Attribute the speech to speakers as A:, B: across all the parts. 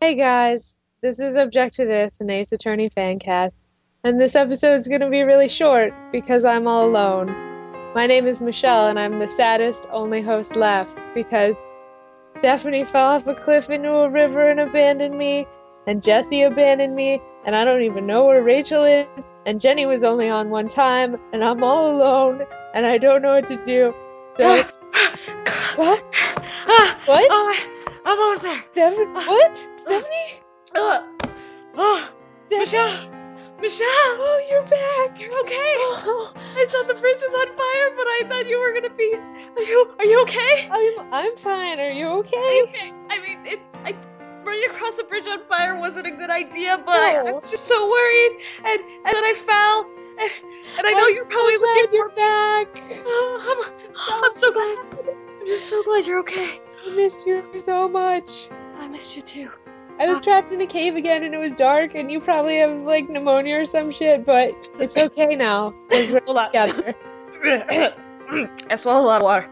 A: Hey guys, this is Object to This, an Ace Attorney fan cast, and this episode's gonna be really short because I'm all alone. My name is Michelle, and I'm the saddest, only host left because Stephanie fell off a cliff into a river and abandoned me, and Jesse abandoned me, and I don't even know where Rachel is, and Jenny was only on one time, and I'm all alone, and I don't know what to do. So, what?
B: Ah,
A: What?
B: Oh, I, I'm almost there.
A: Stephanie? What? Stephanie?
B: Oh, oh,
A: Stephanie?
B: Michelle, Michelle,
A: Oh, you're back. Oh.
B: you're okay. I thought the bridge was on fire, but I thought you were gonna be. Are you, are you okay?
A: I'm I'm fine. Are you
B: Are you
A: okay?
B: okay? I mean, it, I, running across a bridge on fire wasn't a good idea, but I, I
A: No.
B: was just so worried, and and then I fell, and, and I know
A: I'm
B: you're probably
A: I'm glad
B: looking
A: you're back.
B: Oh, I'm, I'm so glad. I'm just so glad you're okay.
A: I missed you so much.
B: I missed you too.
A: I was
B: Ah.
A: trapped in a cave again, and it was dark, and you probably have like pneumonia or some shit, but it's okay now because we're
B: Hold on.
A: together.
B: I swallowed a lot of water.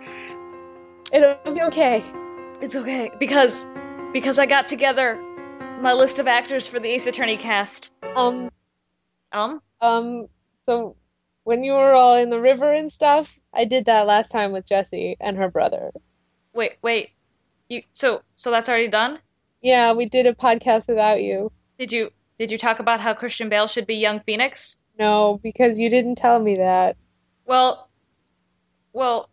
A: It'll be okay.
B: It's okay because because I got together my list of actors for the Ace Attorney cast.
A: Um
B: Um,
A: um. So when you were all in the river and stuff, I did that last time with Jessie and her brother.
B: wait, wait. You so so that's already done?
A: Yeah, we did a podcast without you.
B: Did you did you talk about how Christian Bale should be young Phoenix?
A: No, because you didn't tell me that.
B: Well, well,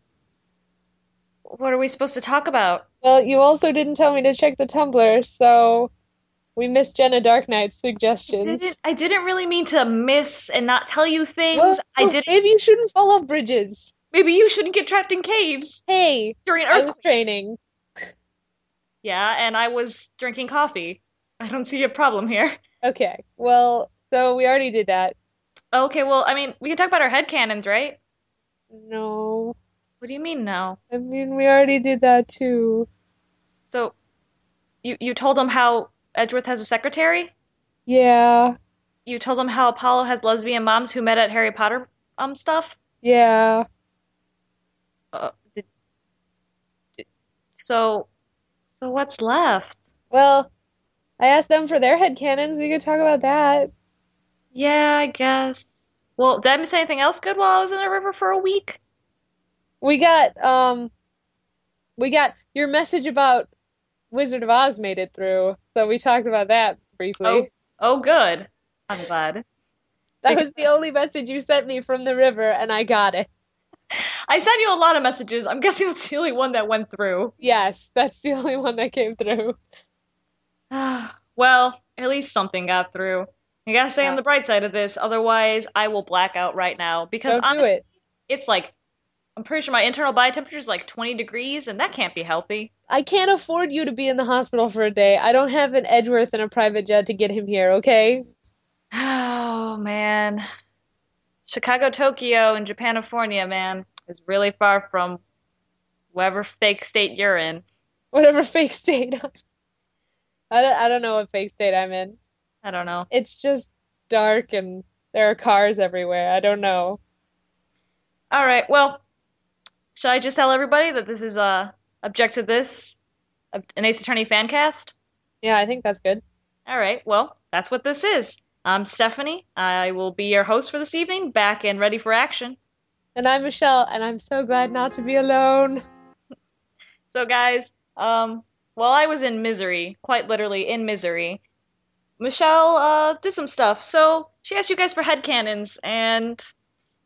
B: what are we supposed to talk about?
A: Well, you also didn't tell me to check the Tumblr, so we missed Jenna Dark Knight's suggestions.
B: Didn't, I didn't really mean to miss and not tell you things.
A: Well, oh,
B: I didn't.
A: maybe you shouldn't fall off bridges.
B: Maybe you shouldn't get trapped in caves
A: Hey,
B: during
A: I was
B: earthquakes.
A: training.
B: Yeah, and I was drinking coffee. I don't see a problem here.
A: Okay, well, so we already did that.
B: Okay, well, I mean, we can talk about our headcanons, right?
A: No,
B: What do you mean no?
A: I mean, we already did that too.
B: So, you you told them how Edgeworth has a secretary?
A: Yeah,
B: You told them how Apollo has lesbian moms who met at Harry Potter um stuff?
A: yeah.
B: Uh, did, so, so what's left?
A: Well, I asked them for their headcanons. We could talk about that.
B: Yeah, I guess. Well, did I miss anything else good while I was in the river for a week?
A: We got, um, we got your message about Wizard of Oz made it through, so we talked about that briefly.
B: Oh, oh, good. I'm glad.
A: That
B: Like-
A: was the only message you sent me from the river, and I got it.
B: I sent you a lot of messages. I'm guessing that's the only one that went through.
A: Yes, that's the only one that came through.
B: Well, at least something got through. I gotta stay on
A: Yeah.
B: the bright side of this, otherwise I will black out right now because
A: Don't do
B: honestly,
A: it.
B: it's like I'm pretty sure my internal body temperature is like 20 degrees, and that can't be healthy.
A: I can't afford you to be in the hospital for a day. I don't have an Edgeworth and a private jet to get him here, okay?
B: Oh man, Chicago, Tokyo, and Japanifornia, man, is really far from whatever fake state you're in.
A: Whatever fake state I'm I don't, I don't know what fake state I'm in.
B: I don't know.
A: It's just dark and there are cars everywhere. I don't know.
B: All right, well, should I just tell everybody that this is uh object to this, uh, an Ace Attorney fan cast?
A: Yeah, I think that's good.
B: All right, well, that's what this is. I'm Stephanie. I will be your host for this evening, back and ready for action.
A: And I'm Michelle, and I'm so glad not to be alone.
B: So, guys, um, while I was in misery, quite literally in misery, Michelle uh, did some stuff. So she asked you guys for headcanons, and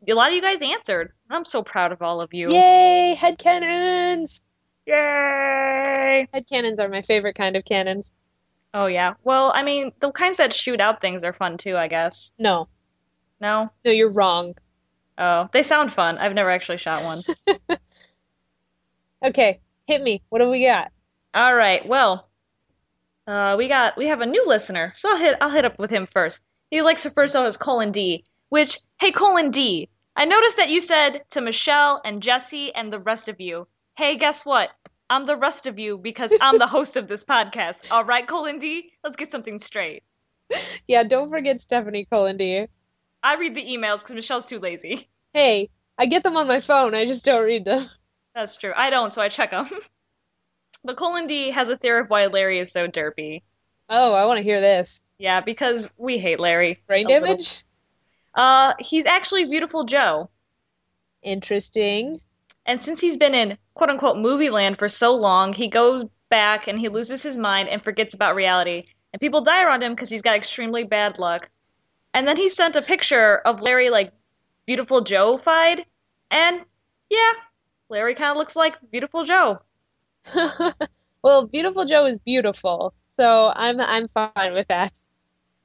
B: a lot of you guys answered. I'm so proud of all of you.
A: Yay, headcanons!
B: Yay!
A: Headcanons are my favorite kind of cannons.
B: Oh, yeah. Well, I mean, the kinds that shoot out things are fun too, I guess.
A: No,
B: No?
A: no, you're wrong.
B: Oh, they sound fun. I've never actually shot one.
A: Okay, hit me. What do we got?
B: All right. Well, uh, we got we have a new listener, so I'll hit I'll hit up with him first. He likes to first off as colon D, which hey colon D, I noticed that you said to Michelle and Jesse and the rest of you, hey, guess what? I'm the rest of you because I'm the host of this podcast. All right, colon D, let's get something straight.
A: Yeah, don't forget Stephanie colon D.
B: I read the emails because Michelle's too lazy.
A: Hey, I get them on my phone. I just don't read them.
B: That's true. I don't, so I check them. But colon D has a theory of why Larry is so derpy.
A: Oh, I want to hear this.
B: Yeah, because we hate Larry.
A: Brain
B: a little.
A: damage?
B: Uh, he's actually Beautiful Joe.
A: Interesting.
B: And since he's been in quote unquote movie land for so long, he goes back and he loses his mind and forgets about reality. And people die around him because he's got extremely bad luck. And then he sent a picture of Larry like beautiful Joe fied. And yeah, Larry kind of looks like beautiful Joe.
A: well, Beautiful Joe is beautiful, so I'm I'm fine with that.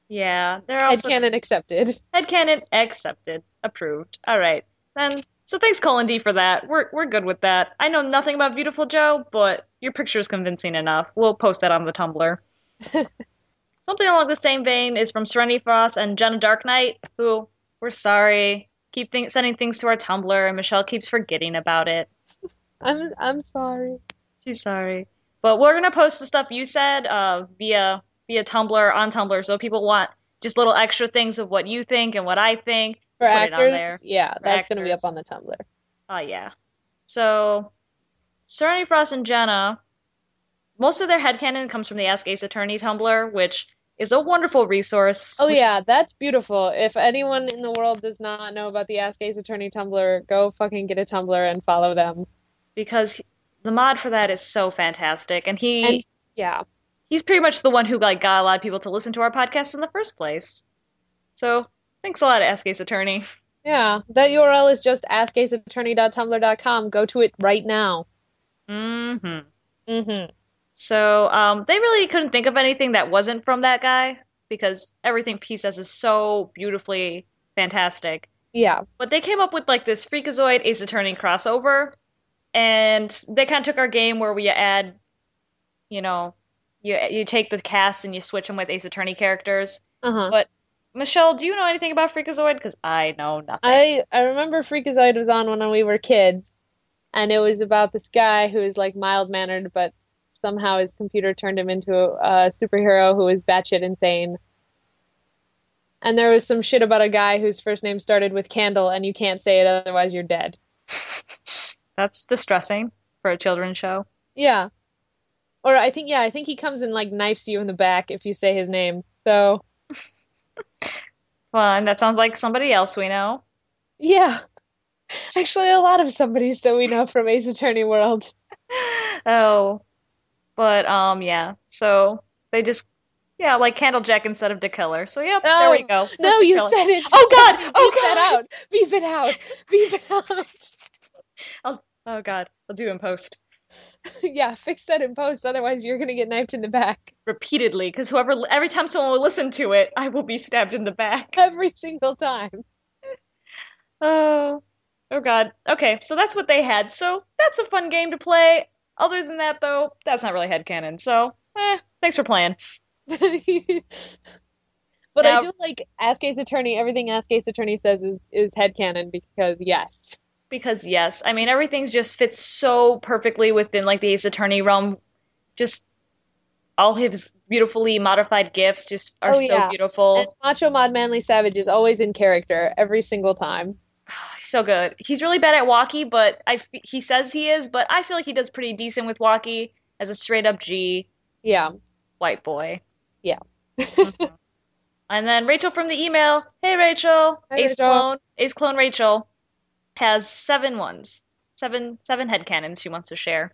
B: Yeah, they're also
A: Headcanon accepted.
B: headcanon accepted, approved. All right. Then so thanks Colin D for that. We're we're good with that. I know nothing about beautiful Joe, but your picture is convincing enough. We'll post that on the Tumblr. Something along the same vein is from Serenity Frost and Jenna Dark Knight, who we're sorry keep th- sending things to our Tumblr, and Michelle keeps forgetting about it.
A: I'm I'm sorry.
B: She's sorry. But we're gonna post the stuff you said uh, via via Tumblr on Tumblr, so if people want just little extra things of what you think and what I think.
A: For
B: Put it on
A: actors,
B: there.
A: yeah,
B: For
A: that's gonna be up
B: actors.
A: on the Tumblr.
B: Oh yeah. So Serenity Frost and Jenna, most of their headcanon comes from the Ask Ace Attorney Tumblr, which is a wonderful resource.
A: Oh
B: which
A: yeah,
B: is-
A: that's beautiful. If anyone in the world does not know about the Ask Ace Attorney Tumblr, go fucking get a Tumblr and follow them.
B: because the mod for that is so fantastic, and he
A: And- Yeah.
B: he's pretty much the one who like got a lot of people to listen to our podcast in the first place. So thanks a lot, Ask Ace Attorney.
A: Yeah. That URL is just askaceattorney.tumblr.com. Go to it right now.
B: hmm
A: Mm-hmm.
B: So um, they really couldn't think of anything that wasn't from that guy because everything he says is so beautifully fantastic.
A: Yeah.
B: But they came up with like this Freakazoid Ace Attorney crossover, and they kind of took our game where we add, you know, you you take the cast and you switch them with Ace Attorney characters.
A: Uh-huh.
B: Michelle, do you know anything about Freakazoid? Because I know nothing.
A: I I remember Freakazoid was on when we were kids, and it was about this guy who is like mild mannered, but somehow his computer turned him into a, a superhero who was batshit insane. And there was some shit about a guy whose first name started with candle, and you can't say it otherwise you're dead.
B: That's distressing for a children's show.
A: Yeah, or I think yeah, I think he comes and like knifes you in the back if you say his name. So
B: Fun. That sounds like somebody else we know.
A: yeah, actually a lot of somebody's that we know from Ace Attorney world.
B: Oh, but um, yeah. So they just, yeah, like Candlejack instead of DeKiller. So yeah, there we
A: Oh,
B: go.
A: No,
B: That's
A: you
B: DeKiller.
A: said it.
B: Oh God! Oh
A: Beep that
B: God!
A: out. Beep it out. Beep it out.
B: Oh God! I'll do in post
A: yeah, fix that in post, otherwise you're gonna get knifed in the back.
B: repeatedly because whoever, every time someone will listen to it, I will be stabbed in the back.
A: Every single time.
B: Oh, oh God. Okay, so that's what they had. So that's a fun game to play. Other than that, though, that's not really headcanon. So, eh, thanks for playing.
A: but
B: Now-
A: I do like Ask Ace Attorney, everything Ask Ace Attorney says is, is headcanon because yes.
B: Because yes, I mean everything's just fits so perfectly within like the Ace Attorney realm. Just all his beautifully modified gifts just are
A: Oh,
B: so
A: yeah.
B: beautiful.
A: And Macho Mod Manly Savage is always in character every single time.
B: So good. He's really bad at walkie, but I f he says he is, but I feel like he does pretty decent with walkie as a straight up G
A: Yeah.
B: white boy.
A: Yeah.
B: Mhm. And then Rachel from the email, hey Rachel,
A: Hi,
B: Ace
A: Rachel.
B: clone, Ace clone Rachel has seven ones, seven seven headcanons she wants to share.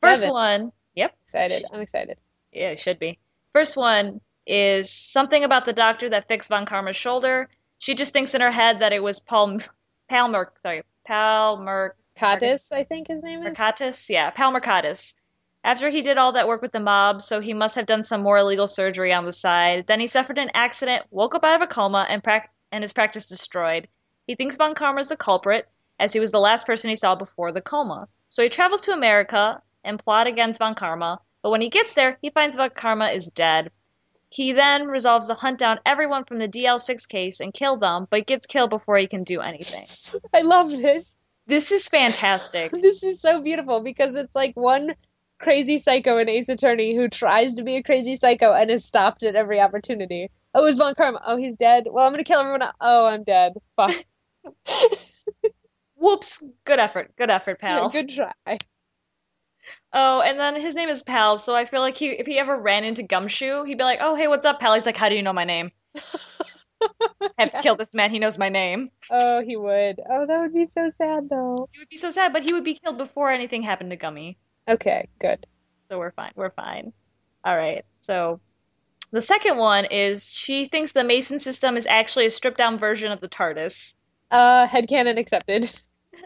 B: First
A: Seven.
B: one, yep,
A: Excited. I'm excited.
B: yeah, it should be. First one is something about the doctor that fixed Von Karma's shoulder. She just thinks in her head that it was Paul Palmer, sorry, Palmer
A: Katis, I think his name is.
B: Mercatus, yeah, Pal Mercatus. After he did all that work with the mob, so he must have done some more illegal surgery on the side. Then he suffered an accident, woke up out of a coma, and prac and his practice destroyed. He thinks Von Karma's the culprit, as he was the last person he saw before the coma. So he travels to America and plot against Von Karma, but when he gets there, he finds Von Karma is dead. He then resolves to hunt down everyone from the DL6 case and kill them, but gets killed before he can do anything.
A: I love this.
B: This is fantastic.
A: This is so beautiful because it's like one crazy psycho in Ace Attorney who tries to be a crazy psycho and is stopped at every opportunity. Oh, it was Von Karma. Oh, he's dead. Well, I'm gonna kill everyone. el- Oh, I'm dead. Fuck.
B: Whoops. Good effort. Good effort, pal.
A: Good try.
B: Oh, and then his name is Pals, so I feel like he if he ever ran into Gumshoe, he'd be like, "Oh, hey, what's up, Pal?" He's like, "How do you know my name?" I have to kill this man. He knows my name.
A: Oh, he would. Oh, that would be so sad, though.
B: It would be so sad, but he would be killed before anything happened to Gummy.
A: Okay, good.
B: So we're fine. We're fine. All right. So the second one is she thinks the Mason system is actually a stripped down version of the TARDIS.
A: Uh, headcanon accepted.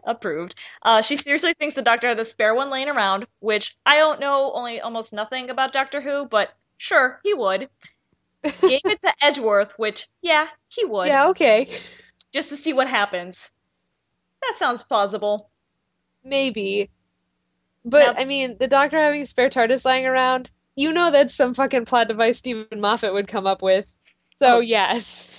B: Approved. Uh, she seriously thinks the Doctor had a spare one laying around, which I don't know only almost nothing about Doctor Who, but sure, he would. Gave it to Edgeworth, which, yeah, he would.
A: Yeah, okay.
B: Just to see what happens. That sounds plausible.
A: Maybe. But,
B: Now-
A: I mean, the Doctor having a spare TARDIS lying around, you know that's some fucking plot device Stephen Moffat would come up with. So,
B: Oh.
A: yes.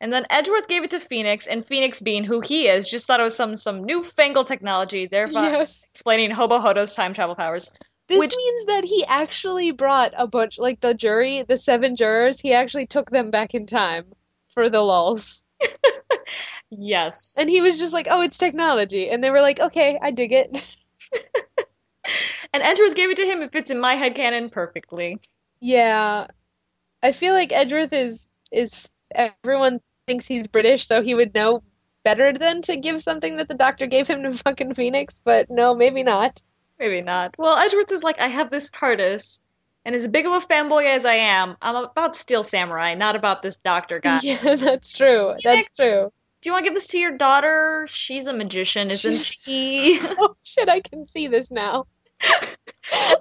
B: And then Edgeworth gave it to Phoenix, and Phoenix, being who he is, just thought it was some some newfangled technology, thereby
A: Yes.
B: explaining Hobo Hodo's time travel powers.
A: This
B: Which-
A: means that he actually brought a bunch, like the jury, the seven jurors, he actually took them back in time for the lulz.
B: Yes.
A: And he was just like, oh, it's technology. And they were like, okay, I dig it.
B: And Edgeworth gave it to him. It fits in my headcanon perfectly.
A: Yeah. I feel like Edgeworth is is everyone thinks he's British, so he would know better than to give something that the doctor gave him to fucking Phoenix, but no, maybe not.
B: Maybe not. Well, Edgeworth is like, I have this TARDIS, and as big of a fanboy as I am, I'm about Steel Samurai, not about this doctor guy.
A: Yeah, that's true. That's true.
B: Do you want to give this to your daughter? She's a magician, isn't
A: She's-
B: she?
A: Oh shit, I can see this now. I can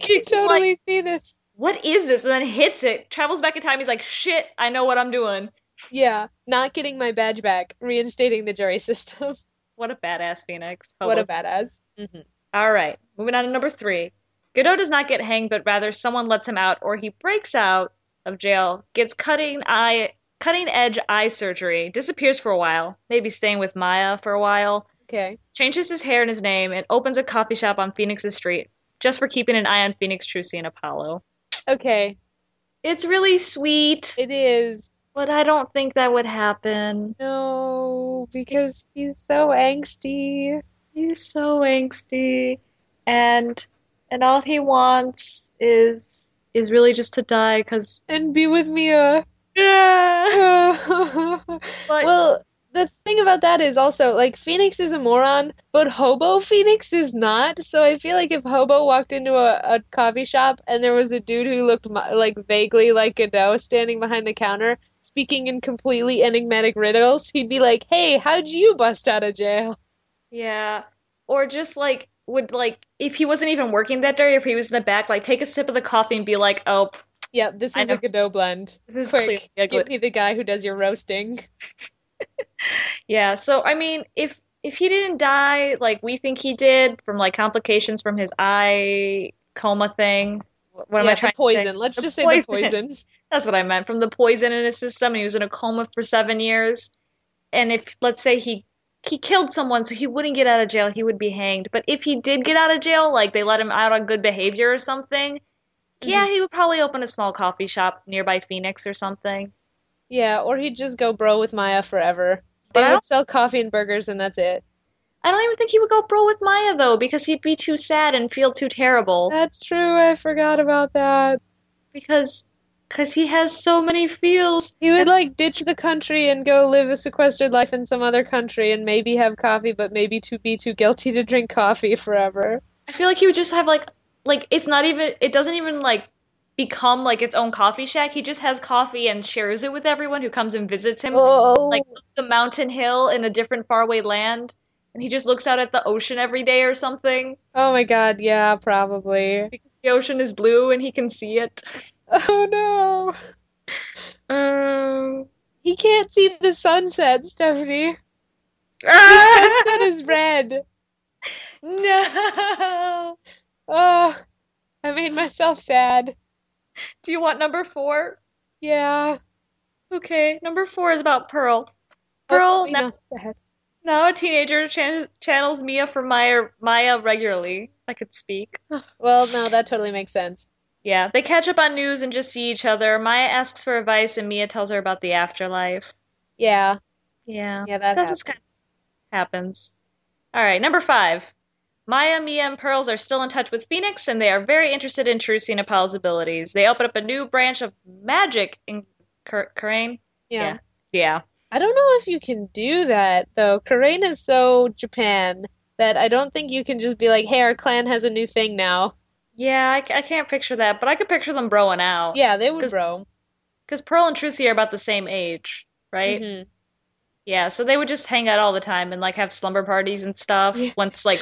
B: It's like-
A: totally see this.
B: what is this? And then hits it, travels back in time. He's like, shit, I know what I'm doing.
A: Yeah, not getting my badge back, reinstating the jury system.
B: What a badass Phoenix.
A: What a
B: Hobo.
A: badass. hmm
B: All right, moving on to number three. Godot does not get hanged, but rather someone lets him out, or he breaks out of jail, gets cutting eye, cutting edge eye surgery, disappears for a while, maybe staying with Maya for a while,
A: Okay.
B: changes his hair and his name, and opens a coffee shop on Phoenix's street, just for keeping an eye on Phoenix, Trucy, and Apollo.
A: Okay.
B: It's really sweet,
A: It is.
B: but I don't think that would happen.
A: No, because he's so angsty.
B: He's so angsty, and and all he wants is is really just to die because.
A: And be with uh, Mia.
B: Yeah. But
A: well, the thing about that is also like Phoenix is a moron, but Hobo Phoenix is not. So I feel like if Hobo walked into a, a coffee shop and there was a dude who looked mu- like vaguely like Godot standing behind the counter speaking in completely enigmatic riddles, he'd be like, "Hey, how'd you bust out of jail?"
B: yeah, or just like would like if he wasn't even working that day, if he was in the back, like take a sip of the coffee and be like, "Oh,
A: Yep, this
B: I
A: is a
B: know.
A: Godot blend.
B: this is
A: Quick,
B: clearly a
A: give
B: glit-
A: me the guy who does your roasting.
B: Yeah. So I mean, if if he didn't die like we think he did from like complications from his eye coma thing, wh- what am I
A: Yeah, the
B: trying to say?
A: poison. Let's just say the
B: poison.
A: poison.
B: That's what I meant. From the poison in his system, and he was in a coma for seven years. And if, let's say, he he killed someone so he wouldn't get out of jail, he would be hanged. But if he did get out of jail, like they let him out on good behavior or something, yeah, he would probably open a small coffee shop nearby Phoenix or something.
A: Yeah, or he'd just go bro with Maya forever.
B: But
A: They
B: I
A: would
B: don't-
A: sell coffee and burgers and that's it.
B: I don't even think he would go bro with Maya though, because he'd be too sad and feel too terrible
A: That's true, I forgot about that.
B: because because he has so many feels.
A: He would like ditch the country and go live a sequestered life in some other country and maybe have coffee, but maybe to be too guilty to drink coffee forever.
B: I feel like he would just have like like it's not even it doesn't even like become like its own coffee shack. He just has coffee and shares it with everyone who comes and visits him.
A: Oh,
B: Like up the mountain hill in a different faraway land, and he just looks out at the ocean every day or something.
A: oh my God, yeah, probably.
B: The ocean is blue and he can see it.
A: Oh no.
B: Um,
A: He can't see the sunset, Stephanie.
B: ah,
A: Sunset is red.
B: no.
A: Oh, I made myself sad.
B: Do you want number four?
A: Yeah.
B: Okay, number four is about Pearl. Pearl,
A: Hopefully
B: now,
A: not sad.
B: now a teenager, chan channels Mia for Maya, Maya regularly. I could speak.
A: Well, no, that totally makes sense.
B: Yeah, they catch up on news and just see each other. Maya asks for advice, and Mia tells her about the afterlife.
A: Yeah,
B: Yeah,
A: yeah, that
B: that just kind of happens. All right, number five. Maya, Mia, and Pearls are still in touch with Phoenix, and they are very interested in Trusina Nepal's abilities. They open up a new branch of magic in Kar- Karain.
A: Yeah.
B: Yeah. Yeah.
A: I don't know if you can do that though. Korean is so Japan that I don't think you can just be like, "Hey, our clan has a new thing now."
B: Yeah, I, c- I can't picture that, but I could picture them broing out.
A: Yeah, they would
B: 'Cause-
A: grow.
B: Because Pearl and Trucy are about the same age, right?
A: Mhm.
B: Yeah, so they would just hang out all the time and like have slumber parties and stuff
A: Yeah.
B: once like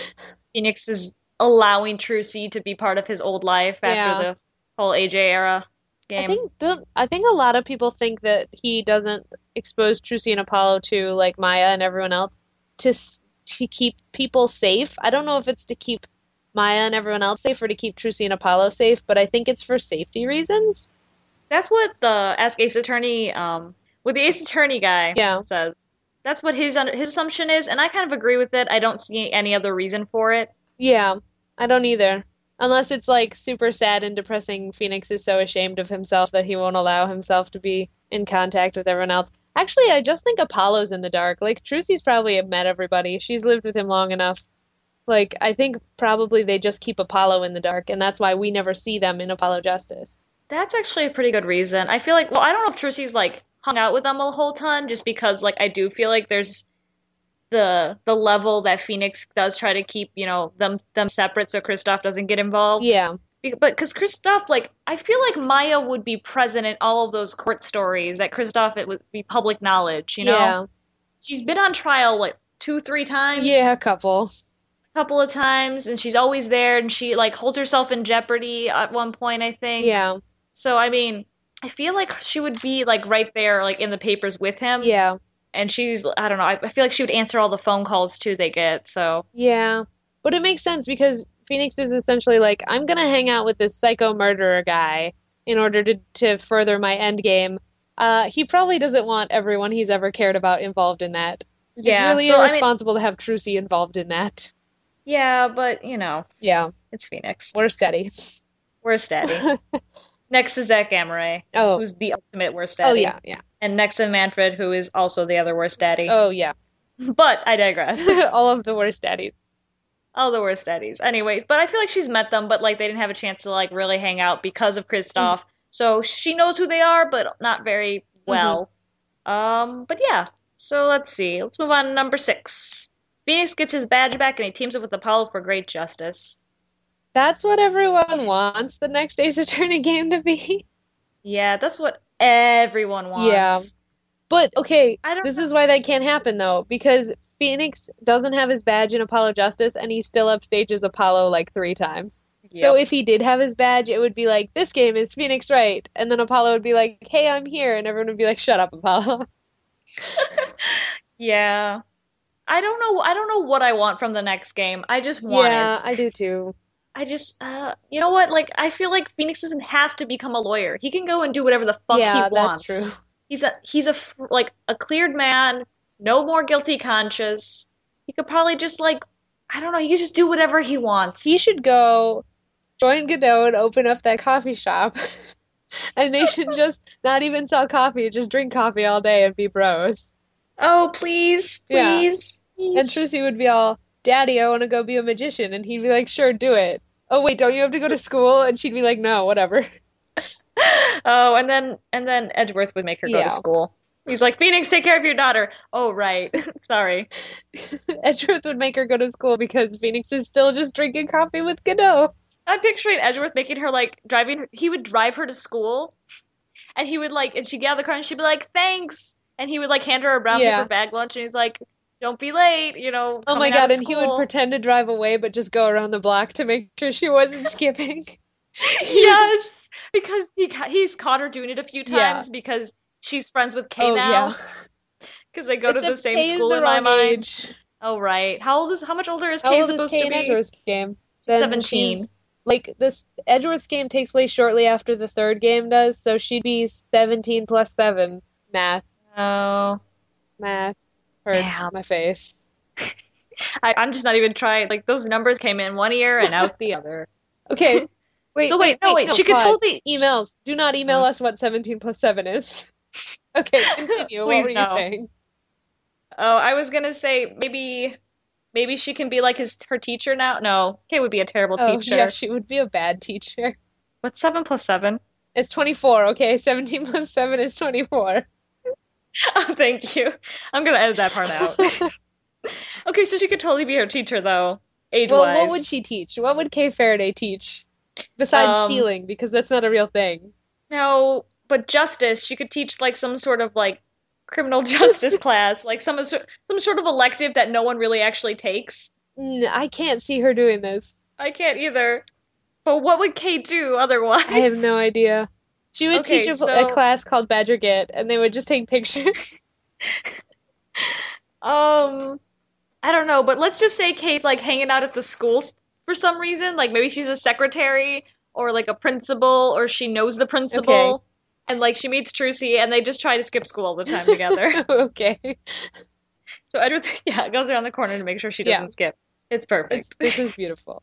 B: Phoenix is allowing Trucy to be part of his old life after
A: Yeah.
B: the whole AJ era
A: I
B: game.
A: think don't, I think a lot of people think that he doesn't expose Trucy and Apollo to like Maya and everyone else to s- to keep people safe. I don't know if it's to keep Maya and everyone else safe or to keep Trucy and Apollo safe, but I think it's for safety reasons.
B: That's what the Ask Ace Attorney, um, with the Ace Attorney guy
A: Yeah.
B: says. That's what his under his assumption is, and I kind of agree with it. I don't see any other reason for it.
A: Yeah, I don't either. Unless it's like super sad and depressing. Phoenix is so ashamed of himself that he won't allow himself to be in contact with everyone else. Actually, I just think Apollo's in the dark. Like, Trucy's probably met everybody. She's lived with him long enough. Like, I think probably they just keep Apollo in the dark, and that's why we never see them in Apollo Justice.
B: That's actually a pretty good reason. I feel like, well, I don't know if Trucy's like hung out with them a whole ton, just because like I do feel like there's the the level that Phoenix does try to keep, you know, them them separate so Kristoff doesn't get involved.
A: Yeah,
B: Be- But because Kristoff, like, I feel like Maya would be present in all of those court stories that Kristoff, it would be public knowledge, you know?
A: yeah,
B: she's been on trial like two, three times,
A: yeah, a couple.
B: a couple of times, and she's always there, and she like holds herself in jeopardy at one point, I think.
A: Yeah,
B: So I mean, I feel like she would be like right there, like in the papers with him,
A: yeah,
B: and she's I don't know, I, I feel like she would answer all the phone calls too they get. So
A: yeah. But it makes sense because Phoenix is essentially like, I'm gonna hang out with this psycho murderer guy in order to to further my end game. Uh, he probably doesn't want everyone he's ever cared about involved in that. It's
B: yeah,
A: really
B: so I mean,
A: irresponsible to have Trucy involved in that.
B: yeah, but you know,
A: Yeah,
B: it's Phoenix.
A: worst daddy.
B: Worst daddy. Next is Zach Amoray,
A: Oh,
B: who's the ultimate worst
A: oh
B: daddy,
A: yeah, yeah.
B: and next is Manfred, who is also the other worst daddy.
A: Oh yeah.
B: But I digress.
A: All of the worst daddies.
B: All the worst daddies. Anyway, but I feel like she's met them, but like they didn't have a chance to like really hang out because of Kristoff.
A: Mm-hmm.
B: So she knows who they are, but not very well.
A: Mm-hmm.
B: Um, but yeah. So let's see. Let's move on to number six. Phoenix gets his badge back and he teams up with Apollo for great justice.
A: That's what everyone wants the next Ace Attorney game to be.
B: Yeah, that's what everyone wants.
A: Yeah. But okay,
B: I don't
A: this
B: know.
A: is why that can't happen though, because Phoenix doesn't have his badge in Apollo Justice, and he still upstages Apollo like three times. So
B: Yep.
A: if he did have his badge, it would be like, "This game is Phoenix right," and then Apollo would be like, "Hey, I'm here," and everyone would be like, "Shut up, Apollo."
B: Yeah. I don't know. I don't know what I want from the next game. I just want
A: Yeah,
B: it.
A: I do too.
B: I just, uh, you know what? Like, I feel like Phoenix doesn't have to become a lawyer. He can go and do whatever the fuck he
A: Yeah, that's
B: wants.
A: true.
B: He's a he's a fr- like a cleared man, no more guilty conscience. He could probably just like, I don't know. He could just do whatever he wants.
A: He should go join Godot and open up that coffee shop, and they should just not even sell coffee, just drink coffee all day and be bros.
B: Oh, please,
A: Yeah.
B: please,
A: And
B: please.
A: Trucy would be all, Daddy, I want to go be a magician. And he'd be like, Sure, do it. Oh, wait, don't you have to go to school? And she'd be like, No, whatever.
B: Oh, and then and then Edgeworth would make her go to
A: Yeah.
B: school. He's like, Phoenix, take care of your daughter. Oh, right. Sorry.
A: Edgeworth would make her go to school because Phoenix is still just drinking coffee with Godot. Oh
B: I'm picturing Edgeworth making her like driving her, he would drive her to school and he would like and she'd get out of the car and she'd be like, Thanks and he would like hand her a brown
A: Yeah.
B: paper bag lunch and he's like, Don't be late, you know.
A: Oh my
B: coming out
A: God,
B: of
A: and he would
B: school.
A: pretend to drive away but just go around the block to make sure she wasn't skipping.
B: Yes. Because he ca- he's caught her doing it a few
A: Yeah.
B: times because she's friends with Kay
A: Oh,
B: now.
A: yeah.
B: Because they go to the
A: Except
B: same
A: Kay is
B: school
A: the
B: in my
A: wrong
B: mind.
A: age.
B: Oh right. How old is how much older is
A: How
B: Kay
A: old is
B: supposed
A: Kay
B: to
A: in
B: be?
A: Edgeworth's game? Then
B: Seventeen.
A: she's- like this Edgeworth's game takes place shortly after the third game does, so she'd be 17 plus 7 math.
B: Oh.
A: Math hurts
B: Yeah.
A: my face.
B: I, I'm just not even trying like those numbers came in one ear and out the other.
A: Okay. Wait,
B: So wait, no, wait, she could
A: pause. Uh-huh.
B: totally
A: Emails. Do not email us what 17 plus 7 is. Okay, continue. What
B: Please,
A: were you
B: no.
A: saying?
B: Oh, I was gonna say maybe Maybe she can be like his her teacher now. No, Kay would be a terrible
A: Oh,
B: teacher.
A: yeah, she would be a bad teacher.
B: What's seven plus seven?
A: It's 24, okay? 17 plus 7 is 24.
B: Oh, thank you. I'm gonna edit that part out. okay, so she could totally be her teacher though, age
A: Well,
B: wise.
A: what would she teach? What would Kay Faraday teach? Besides
B: Um,
A: stealing, because that's not a real thing.
B: No, but justice, she could teach like some sort of like criminal justice class, like some sor- some sort of elective that no one really actually takes.
A: Mm, I can't see her doing this.
B: I can't either. But what would Kay do otherwise?
A: I have no idea. She would
B: Okay,
A: teach a,
B: so-
A: a class called Badger Git, and they would just take pictures.
B: Um, I don't know, but let's just say Kay's like hanging out at the school for some reason. Like maybe she's a secretary or like a principal or she knows the principal. And like she meets Trucy and they just try to skip school all the time together.
A: okay.
B: So Edward, yeah, goes around the corner to make sure she
A: Yeah.
B: doesn't skip. It's perfect.
A: It's, this is beautiful.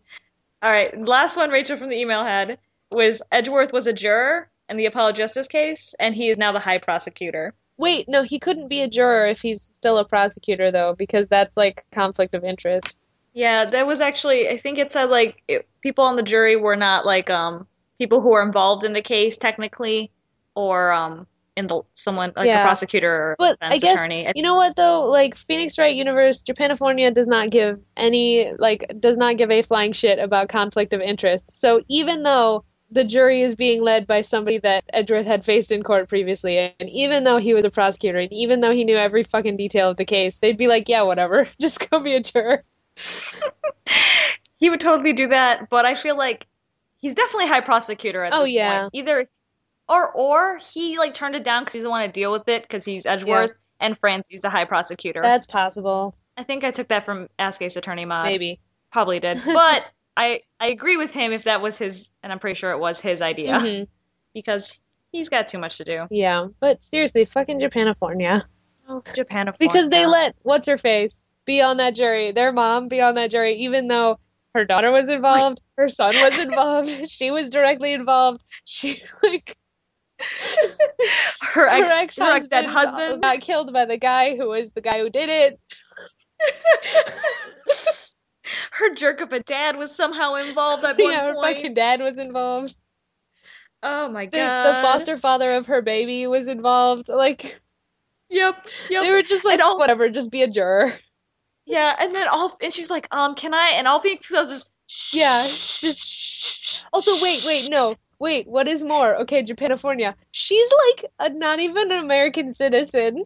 B: All right, last one Rachel from the email had was Edgeworth was a juror in the Apollo Justice case, and he is now the high prosecutor.
A: Wait, no, he couldn't be a juror if he's still a prosecutor, though, because that's like conflict of interest.
B: Yeah, that was actually, I think it said like it, people on the jury were not like um people who were involved in the case technically, or um in the someone like
A: Yeah.
B: a prosecutor or
A: But I
B: defense
A: guess
B: attorney. I-
A: you know what though, like Phoenix Wright Universe, Japanifornia does not give any like does not give a flying shit about conflict of interest. So even though the jury is being led by somebody that Edgeworth had faced in court previously, and even though he was a prosecutor, and even though he knew every fucking detail of the case, they'd be like, yeah, whatever, just go be a juror.
B: He would totally do that, but I feel like he's definitely high prosecutor at
A: Oh,
B: this
A: yeah.
B: point. Either or or he like turned it down because he doesn't want to deal with it because he's Edgeworth and Francie's a high prosecutor.
A: That's possible,
B: I think I took that from Ask Ace Attorney Mod.
A: maybe.
B: Probably did. But I I agree with him if that was his, and I'm pretty sure it was his idea
A: Mhm.
B: because he's got too much to do.
A: Yeah, but seriously, fucking Japanifornia.
B: Oh, Japan of
A: Because they
B: now.
A: let what's her face be on that jury, their mom be on that jury, even though her daughter was involved, her son was involved, she was directly involved. She like
B: her ex
A: her ex
B: dead
A: husband
B: husband.
A: got killed by the guy who was the guy who did it.
B: Her jerk of a dad was somehow involved at one
A: yeah, her
B: point.
A: fucking dad was involved.
B: Oh my
A: The,
B: god.
A: the foster father of her baby was involved. Like
B: Yep. Yep.
A: they were just like
B: And all-
A: whatever, just be a juror.
B: Yeah, and then all and she's like, um, can I? And all Phoenix does is
A: Yeah. just- Also, wait, wait, no. Wait, what is more? Okay, Japanifornia. She's like a not even an American citizen.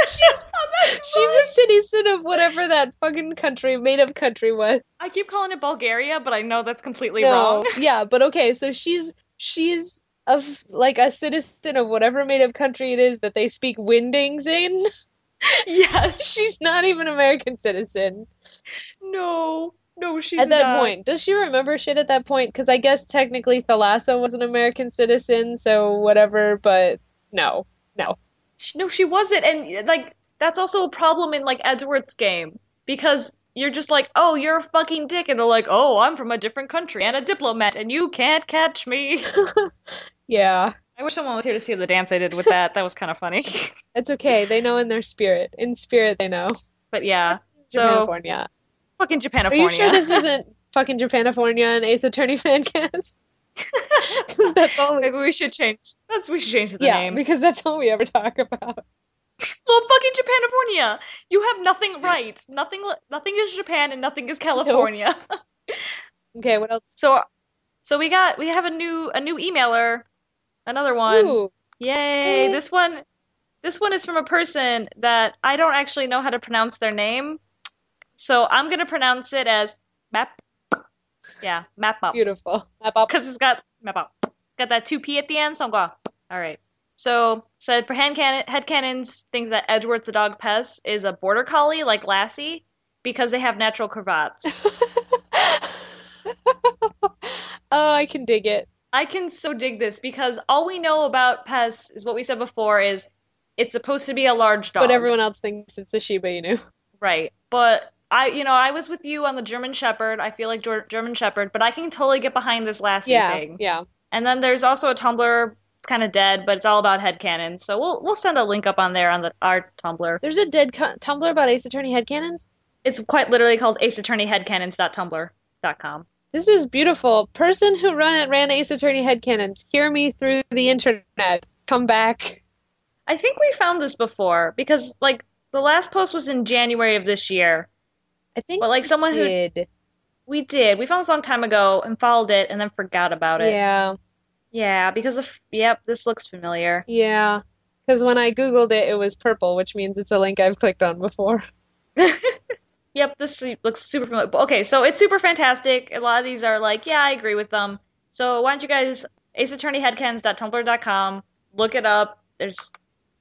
A: She's a citizen of whatever that fucking country, made up country was.
B: I keep calling it Bulgaria, but I know that's completely
A: No.
B: wrong.
A: Yeah, but okay, so she's she's of like a citizen of whatever made up country it is that they speak windings in.
B: Yes.
A: She's not even an American citizen.
B: No. No, she's
A: At that
B: not.
A: point, does she remember shit at that point? Because I guess technically Thalassa was an American citizen, so whatever, but no. No.
B: She- No, she wasn't. And like that's also a problem in like Edgeworth's game because you're just like, "Oh, you're a fucking dick." And they're like, "Oh, I'm from a different country and a diplomat and you can't catch me."
A: Yeah.
B: I wish someone was here to see the dance I did with that. That was kind of funny.
A: It's okay. They know in their spirit. In spirit, they know.
B: But yeah. So,
A: Japanifornia.
B: fucking
A: Are you sure
B: Japanifornia.
A: this isn't fucking Japanifornia and Ace Attorney fan cast? 'Cause that's all we,
B: Maybe we should change. That's we should change the
A: yeah,
B: name.
A: because that's all we ever talk about.
B: Well, fucking Japanifornia. You have nothing right. Nothing. Nothing is Japan, and nothing is California.
A: Okay, what else?
B: So, so we got we have a new a new emailer, another one.
A: Ooh,
B: Yay!
A: Yay.
B: This one, this one is from a person that I don't actually know how to pronounce their name, so I'm gonna pronounce it as Map. Yeah, Map Up.
A: beautiful. Map up.
B: Because it's got map out. It's got that two P at the end, so I'm going. All right. So said for hand cannon, head cannons, things that Edward's a dog pest is a border collie like Lassie because they have natural cravats.
A: Oh, I can dig it.
B: I can so dig this because all we know about pests is what we said before is it's supposed to be a large dog,
A: But everyone else thinks it's a Shiba Inu.
B: right? But I, you know, I was with you on the German Shepherd. I feel like Ger- German Shepherd, but I can totally get behind this Lassie
A: Yeah,
B: thing.
A: yeah.
B: And then there's also a Tumblr. It's kind of dead, but it's all about headcanons. So we'll we'll send a link up on there on the our Tumblr.
A: There's a dead co- Tumblr about Ace Attorney headcanons?
B: It's quite literally called Ace Attorney Headcanons.tumblr.com.
A: This is beautiful. Person who run ran Ace Attorney headcanons, hear me through the internet. Come back.
B: I think we found this before because like the last post was in January of this year.
A: I think
B: But, like,
A: we
B: someone who-
A: did.
B: We did. We found this a long time ago and followed it and then forgot about it.
A: Yeah,
B: Yeah, because of yep, this looks familiar.
A: yeah. Because when I googled it, it was purple, which means it's a link I've clicked on before.
B: Yep, this looks super familiar. But, Okay, so it's super fantastic. A lot of these are like, yeah, I agree with them. So why don't you guys aceattorneyheadcans.tumblr.com look it up. There's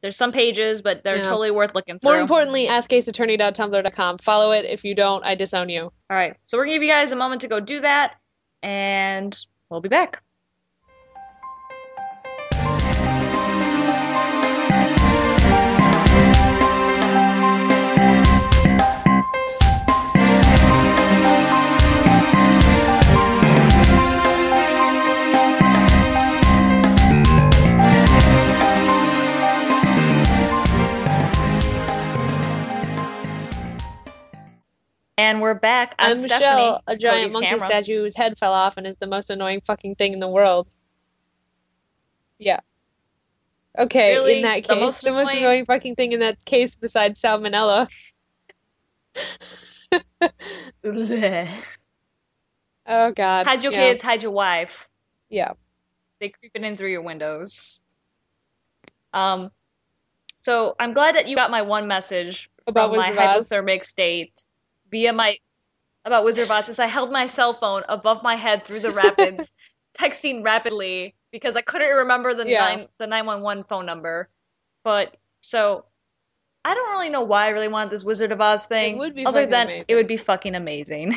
B: there's some pages, but they're
A: Yeah.
B: totally worth looking
A: More
B: through.
A: importantly, askaceattorney.tumblr.com. Follow it. If you don't, I disown you.
B: All right, so we're gonna give you guys a moment to go do that, and we'll be back. And we're back. I'm
A: and
B: Stephanie, Oh,
A: Michelle, a giant
B: Cody's
A: monkey
B: camera.
A: statue whose head fell off and is the most annoying fucking thing in the world. Yeah. Okay, in
B: Really?
A: that
B: The
A: case,
B: most
A: the most
B: annoying-
A: annoying fucking thing in that case besides salmonella.
B: Blech.
A: Oh God.
B: Hide your
A: yeah.
B: kids, hide your wife.
A: Yeah.
B: They creeping in through your windows. Um, so I'm glad that you got my one message
A: About
B: from my
A: Wizard of Oz?
B: hypothermic state via my about Wizard of Oz. As I held my cell phone above my head through the rapids, texting rapidly because I couldn't remember the
A: Yeah.
B: nine the 911 phone number. But so I don't really know why I really wanted this Wizard of Oz thing,
A: would be
B: other
A: fucking
B: than
A: amazing.
B: it would be fucking amazing.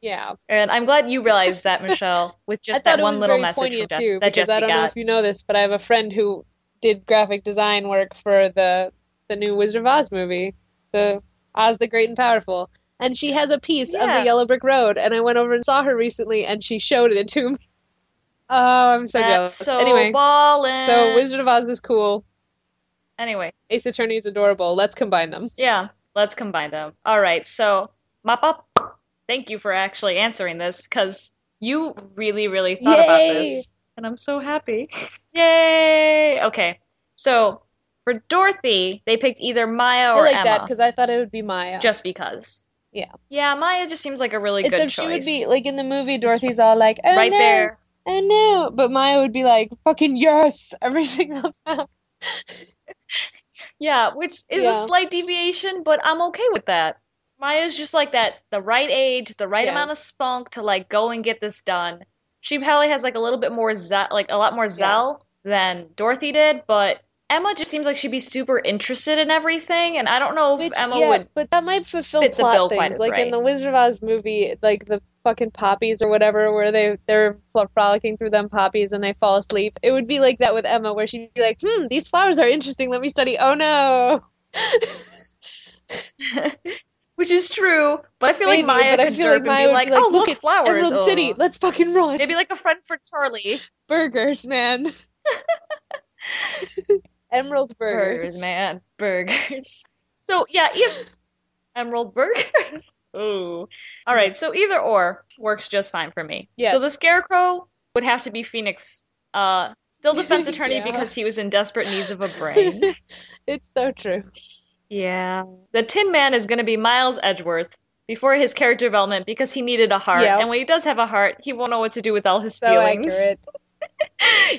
A: Yeah.
B: And I'm glad you realized that, Michelle, with
A: I
B: just
A: thought
B: that
A: it
B: one
A: was
B: little
A: very
B: message from
A: poignant
B: Je-
A: too,
B: that
A: because I
B: Jesse
A: don't know
B: got.
A: if you know this, but I have a friend who did graphic design work for the the new Wizard of Oz movie, the Oz the Great and Powerful, and she has a piece of
B: Yeah.
A: the Yellow Brick Road, and I went over and saw her recently, and she showed it to me. Oh, I'm so jealous.
B: That's so
A: Anyway,
B: ballin'.
A: so Wizard of Oz is cool.
B: Anyway,
A: Ace Attorney is adorable. Let's combine them.
B: yeah, let's combine them. All right, so mop up. Thank you for actually answering this because you really, really thought about
A: Yay!
B: this, and I'm so happy. Yay! Okay, so for Dorothy, they picked either Maya
A: I
B: or
A: like that
B: Emma,
A: because I thought it would be Maya.
B: just because.
A: Yeah.
B: Yeah, Maya just seems like a really good
A: Except she would
B: choice.
A: be like in the movie, Dorothy's all like, "Oh
B: right
A: no,
B: there.
A: oh no," but Maya would be like, "Fucking yes!" every single time.
B: Yeah, which is a
A: Yeah.
B: slight deviation, but I'm okay with that. Maya's just like that, the right age, the right
A: Yeah.
B: amount of spunk to like go and get this done. She probably has like a little bit more ze like a lot more zeal than Dorothy did, but Emma just seems like she'd be super interested in everything, and I don't know if
A: Which,
B: Emma
A: yeah,
B: would.
A: but that might fulfill
B: fit the
A: plot
B: bill
A: things.
B: quite as
A: like
B: right.
A: in the Wizard of Oz movie, like the fucking poppies or whatever, where they they're fro- frolicking through them poppies and they fall asleep. It would be like that with Emma, where she'd be like, "Hmm, these flowers are interesting. Let me study." Oh no,
B: Which is true, but I feel like
A: Maybe,
B: Maya
A: but I
B: could
A: feel like
B: derp and
A: Maya
B: be
A: would
B: like,
A: be like,
B: "Oh,
A: "Look
B: look,
A: at
B: flowers.
A: Emerald City.
B: ugh."
A: Let's fucking run."
B: oh. Maybe like a friend for Charlie.
A: burgers, man. Emerald burgers.
B: Burgers, man. Burgers. So yeah, if Emerald Burgers. Ooh. All right, so either or works just fine for me.
A: Yeah.
B: So the Scarecrow would have to be Phoenix, uh, still defense attorney
A: Yeah.
B: because he was in desperate needs of a brain.
A: It's so true.
B: Yeah. The Tin Man is going to be Miles Edgeworth before his character development because he needed a heart,
A: Yeah.
B: and when he does have a heart, he won't know what to do with all his
A: So
B: feelings.
A: accurate.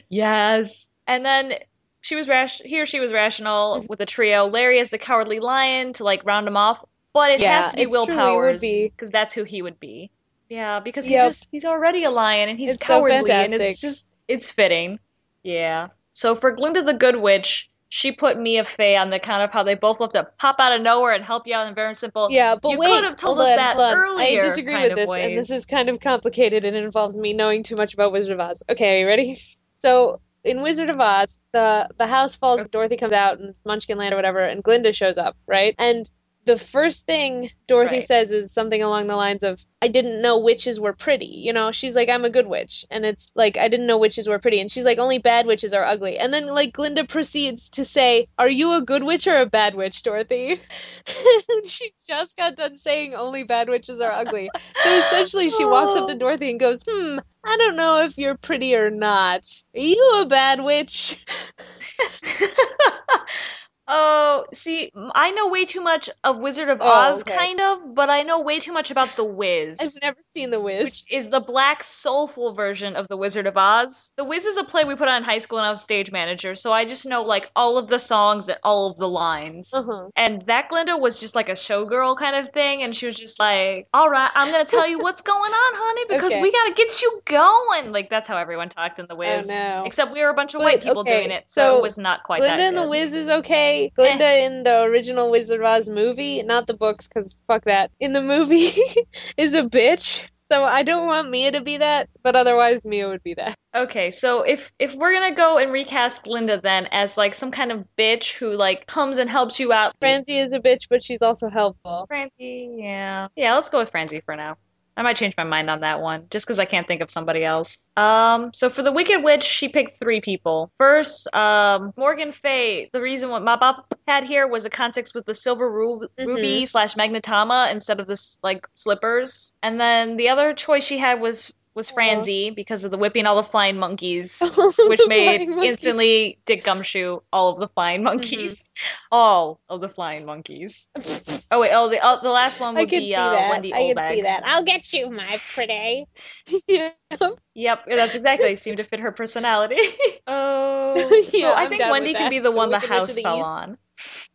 B: Yes. And then she was rash he or she was rational with a trio. Larry as the cowardly lion to like round him off, but it
A: Yeah,
B: has to be
A: it's
B: Will
A: true, he would
B: Powers
A: be.
B: because that's who he would be. Yeah, because he
A: Yep.
B: just he's already a lion and he's
A: It's so
B: cowardly and
A: fantastic.
B: it's just it's fitting. Yeah. So for Glinda the Good Witch, she put Mia Fey on the count of how they both love to pop out of nowhere and help you out in very simple
A: Yeah, but
B: You
A: wait,
B: could have told
A: hold
B: us
A: on,
B: that
A: hold on.
B: earlier
A: I disagree
B: kind
A: with
B: of
A: this, and this
B: ways.
A: is kind of complicated and it involves me knowing too much about Wizard of Oz. Okay, are you ready? So in Wizard of Oz, the the house falls, Dorothy comes out, and it's Munchkin Land or whatever, and Glinda shows up, right? And the first thing Dorothy
B: Right.
A: says is something along the lines of, I didn't know witches were pretty. You know, she's like, I'm a good witch. And it's like, I didn't know witches were pretty. And she's like, only bad witches are ugly. And then, like, Glinda proceeds to say, Are you a good witch or a bad witch, Dorothy? And she just got done saying, Only bad witches are ugly. So essentially, she walks up to Dorothy and goes, Hmm, I don't know if you're pretty or not. Are you a bad witch?
B: Oh, see, m- I know way too much of Wizard of
A: Oh,
B: Oz,
A: okay.
B: kind of, but I know way too much about The Wiz,
A: I've never seen The Wiz.
B: which is the black soulful version of The Wizard of Oz. The Wiz is a play we put on in high school and I was stage manager, so I just know like all of the songs and all of the lines.
A: Uh-huh.
B: And that Glinda was just like a showgirl kind of thing, and she was just like, "All right, I'm gonna tell you what's going on, honey, because
A: Okay.
B: we gotta get you going." Like that's how everyone talked in The Wiz,
A: no.
B: except we were a bunch of
A: But,
B: white people doing
A: okay,
B: it, so
A: so
B: it was not quite that
A: Glinda in the
B: good.
A: Wiz is okay. Glinda in the original Wizard of Oz movie, not the books, because fuck that. In the movie, is a bitch. So I don't want Mia to be that, but otherwise Mia would be that.
B: Okay, so if if we're gonna go and recast Glinda then as like some kind of bitch who like comes and helps you out,
A: Francie is a bitch, but she's also helpful.
B: Francie, yeah, yeah, let's go with Francie for now. I might change my mind on that one just because I can't think of somebody else. Um, so for the Wicked Witch, she picked three people. First, um, Morgan Fay. The reason what Mabop had here was a context with the silver ru ruby slash magnetama instead of the s- like slippers. And then the other choice she had was was
A: Aw.
B: Franzie because of the whipping all the flying monkeys which
A: The
B: made
A: flying Mm-hmm. monkey.
B: instantly Dick Gumshoe all of the flying monkeys, all of the flying monkeys. Oh wait, oh the oh, the last one
A: I
B: would
A: can
B: be
A: see
B: uh,
A: that.
B: Wendy
A: I
B: Oldbag.
A: can see that. I'll get you, my pretty. yeah.
B: Yep, that's exactly. Seemed to fit her personality. oh,
A: Yeah,
B: so I
A: I'm
B: think
A: down with
B: Wendy can
A: that.
B: be the
A: The
B: one the
A: Wicked Witch of
B: house
A: the
B: fell
A: East.
B: on.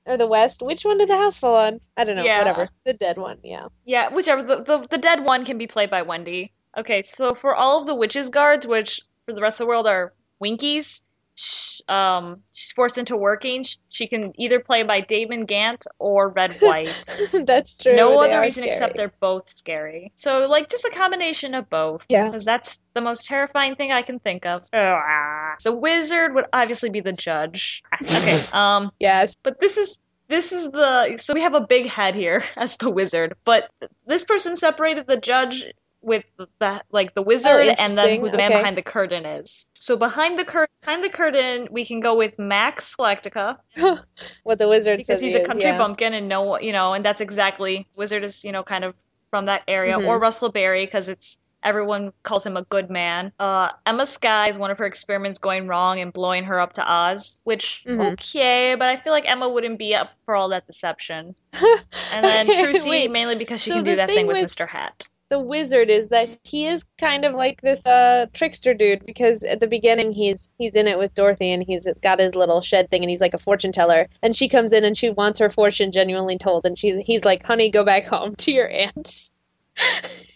A: Or the West. Which one did the house fall on? I don't know.
B: Yeah.
A: Whatever. The dead one. Yeah.
B: Yeah, whichever the, the the dead one can be played by Wendy. Okay, so for all of the witches guards, which for the rest of the world are Winkies, sh um, she's forced into working. She, she can either play by Damon Gant or Red White.
A: That's true.
B: No
A: They
B: other
A: are
B: reason except
A: scary.
B: they're both scary. So like just a combination of both.
A: Yeah.
B: Because that's the most terrifying thing I can think of. Ah. The wizard would obviously be the judge. Okay. Um,
A: Yes.
B: but this is this is the so we have a big head here as the wizard, but th- this person separated the judge with the like the wizard and then who
A: Oh, interesting.
B: the man
A: Okay.
B: behind the curtain is. So behind the curtain, behind the curtain, we can go with Max Galactica
A: What the wizard says
B: because
A: he
B: he's a
A: is,
B: country
A: yeah.
B: bumpkin and no, you know, and that's exactly wizard is, you know, kind of from that area
A: Mhm.
B: or Russell Berry because it's everyone calls him a good man. Uh, Emma Sky is one of her experiments going wrong and blowing her up to Oz, which
A: Mhm.
B: okay, but I feel like Emma wouldn't be up for all that deception. And then Trucy
A: Wait,
B: mainly because she
A: so
B: can do
A: the
B: that thing
A: thing
B: with
A: with-
B: Mr. Hat.
A: the wizard is that he is kind of like this uh trickster dude because at the beginning he's he's in it with Dorothy and he's got his little shed thing and he's like a fortune teller and she comes in and she wants her fortune genuinely told and she's he's like honey go back home to your aunts.